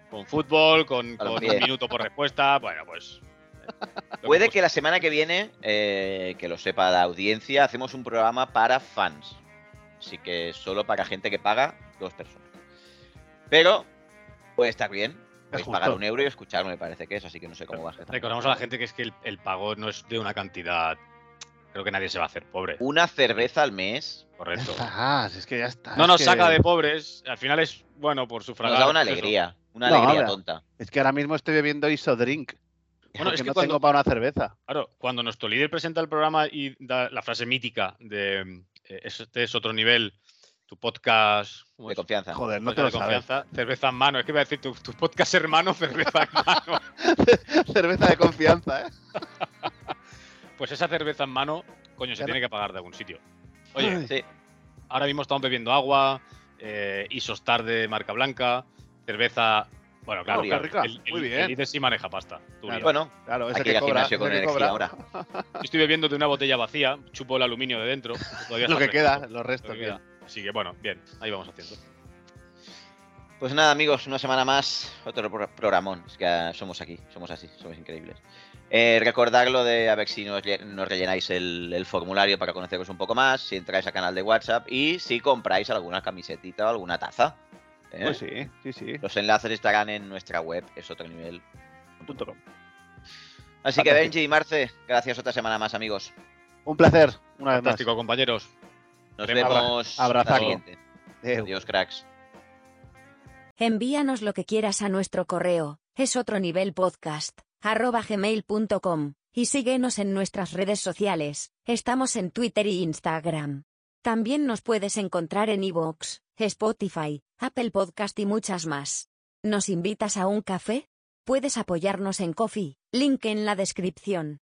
Speaker 1: Con fútbol, con,
Speaker 2: A los
Speaker 1: con un
Speaker 2: pies.
Speaker 1: minuto por respuesta. Bueno, pues.
Speaker 2: Puede que la semana que viene, eh, que lo sepa la audiencia, hacemos un programa para fans. Así que solo para gente que paga, dos personas. Pero puede estar bien. Podéis
Speaker 4: justo.
Speaker 2: pagar un euro y escuchar, me parece que es, así que no sé cómo va a estar.
Speaker 1: Recordamos a la gente que es que el, el pago no es de una cantidad Creo que nadie se va a hacer pobre,
Speaker 2: Una cerveza al mes
Speaker 4: Ya
Speaker 1: correcto.
Speaker 4: está, si es que ya está.
Speaker 1: No
Speaker 4: es
Speaker 1: nos
Speaker 4: que-
Speaker 1: saca de pobres, al final es, bueno, por sufragar.
Speaker 2: nos da una
Speaker 1: pues eso.
Speaker 2: alegría. Una
Speaker 4: No,
Speaker 2: alegría
Speaker 4: ahora-
Speaker 2: tonta.
Speaker 4: Es que ahora mismo estoy bebiendo isodrink.
Speaker 1: Bueno,
Speaker 4: porque
Speaker 1: es que
Speaker 4: no
Speaker 1: cuando-
Speaker 4: tengo para una cerveza.
Speaker 1: Claro, cuando nuestro líder presenta el programa y da la frase mítica de mm, eh, este es otro nivel, tu podcast. ¿cómo
Speaker 2: De
Speaker 1: es?
Speaker 2: confianza.
Speaker 4: Joder, no
Speaker 1: Podcast
Speaker 4: te lo
Speaker 1: pues de
Speaker 4: sabes.
Speaker 1: confianza, cerveza en mano. Es que iba a decir tu, tu podcast hermano, [laughs] cerveza en mano.
Speaker 4: [laughs] cerveza de confianza, ¿eh?
Speaker 1: Pues esa cerveza en mano, coño, se
Speaker 4: Claro.
Speaker 1: tiene que pagar de algún sitio. Oye,
Speaker 4: Ay.
Speaker 2: Sí.
Speaker 1: ahora mismo estamos bebiendo agua, eh, Isostar de marca blanca, cerveza. Bueno, claro,
Speaker 2: Muy
Speaker 1: claro,
Speaker 4: rica,
Speaker 1: el, el-
Speaker 4: muy bien.
Speaker 1: el líder sí maneja pasta. tú,
Speaker 4: Claro.
Speaker 1: líder.
Speaker 2: Bueno,
Speaker 4: Claro, ese
Speaker 2: hay que
Speaker 4: que
Speaker 2: ir al
Speaker 4: cobra.
Speaker 2: gimnasio con
Speaker 4: ese que
Speaker 2: energía
Speaker 4: cobra.
Speaker 2: ahora.
Speaker 1: Yo estoy bebiendo de una botella vacía, chupo el aluminio de dentro. todavía
Speaker 4: [laughs] Lo
Speaker 1: está
Speaker 4: que
Speaker 1: fresco.
Speaker 4: queda, los
Speaker 1: Lo
Speaker 4: restos.
Speaker 1: que queda. Así que bueno, bien, ahí vamos haciendo.
Speaker 2: Pues nada, amigos, una semana más, otro pro- programón. Es que ah, somos aquí, somos así, somos increíbles. Eh, recordar lo de a ver si nos, lle- nos rellenáis el, el formulario para conoceros un poco más, si entráis a canal de WhatsApp y si compráis alguna camisetita o alguna taza. ¿eh?
Speaker 4: Pues sí, sí, sí.
Speaker 2: Los enlaces estarán en nuestra web, es otro nivel.
Speaker 4: Punto com.
Speaker 2: Así que
Speaker 4: Fantástico.
Speaker 2: Benji y Marce, gracias otra semana más, amigos.
Speaker 4: Un placer, una vez más.
Speaker 1: Fantástico, compañeros.
Speaker 2: Nos
Speaker 1: Venga, abra-
Speaker 2: vemos
Speaker 4: abrazaco.
Speaker 2: la siguiente.
Speaker 4: Adeu.
Speaker 2: Adiós, cracks.
Speaker 3: Envíanos lo que quieras a nuestro correo, es otro nivel podcast, arroba gmail.com, y síguenos en nuestras redes sociales, estamos en Twitter y Instagram. También nos puedes encontrar en iVoox, Spotify, Apple Podcast y muchas más. ¿Nos invitas a un café? Puedes apoyarnos en Coffee, link en la descripción.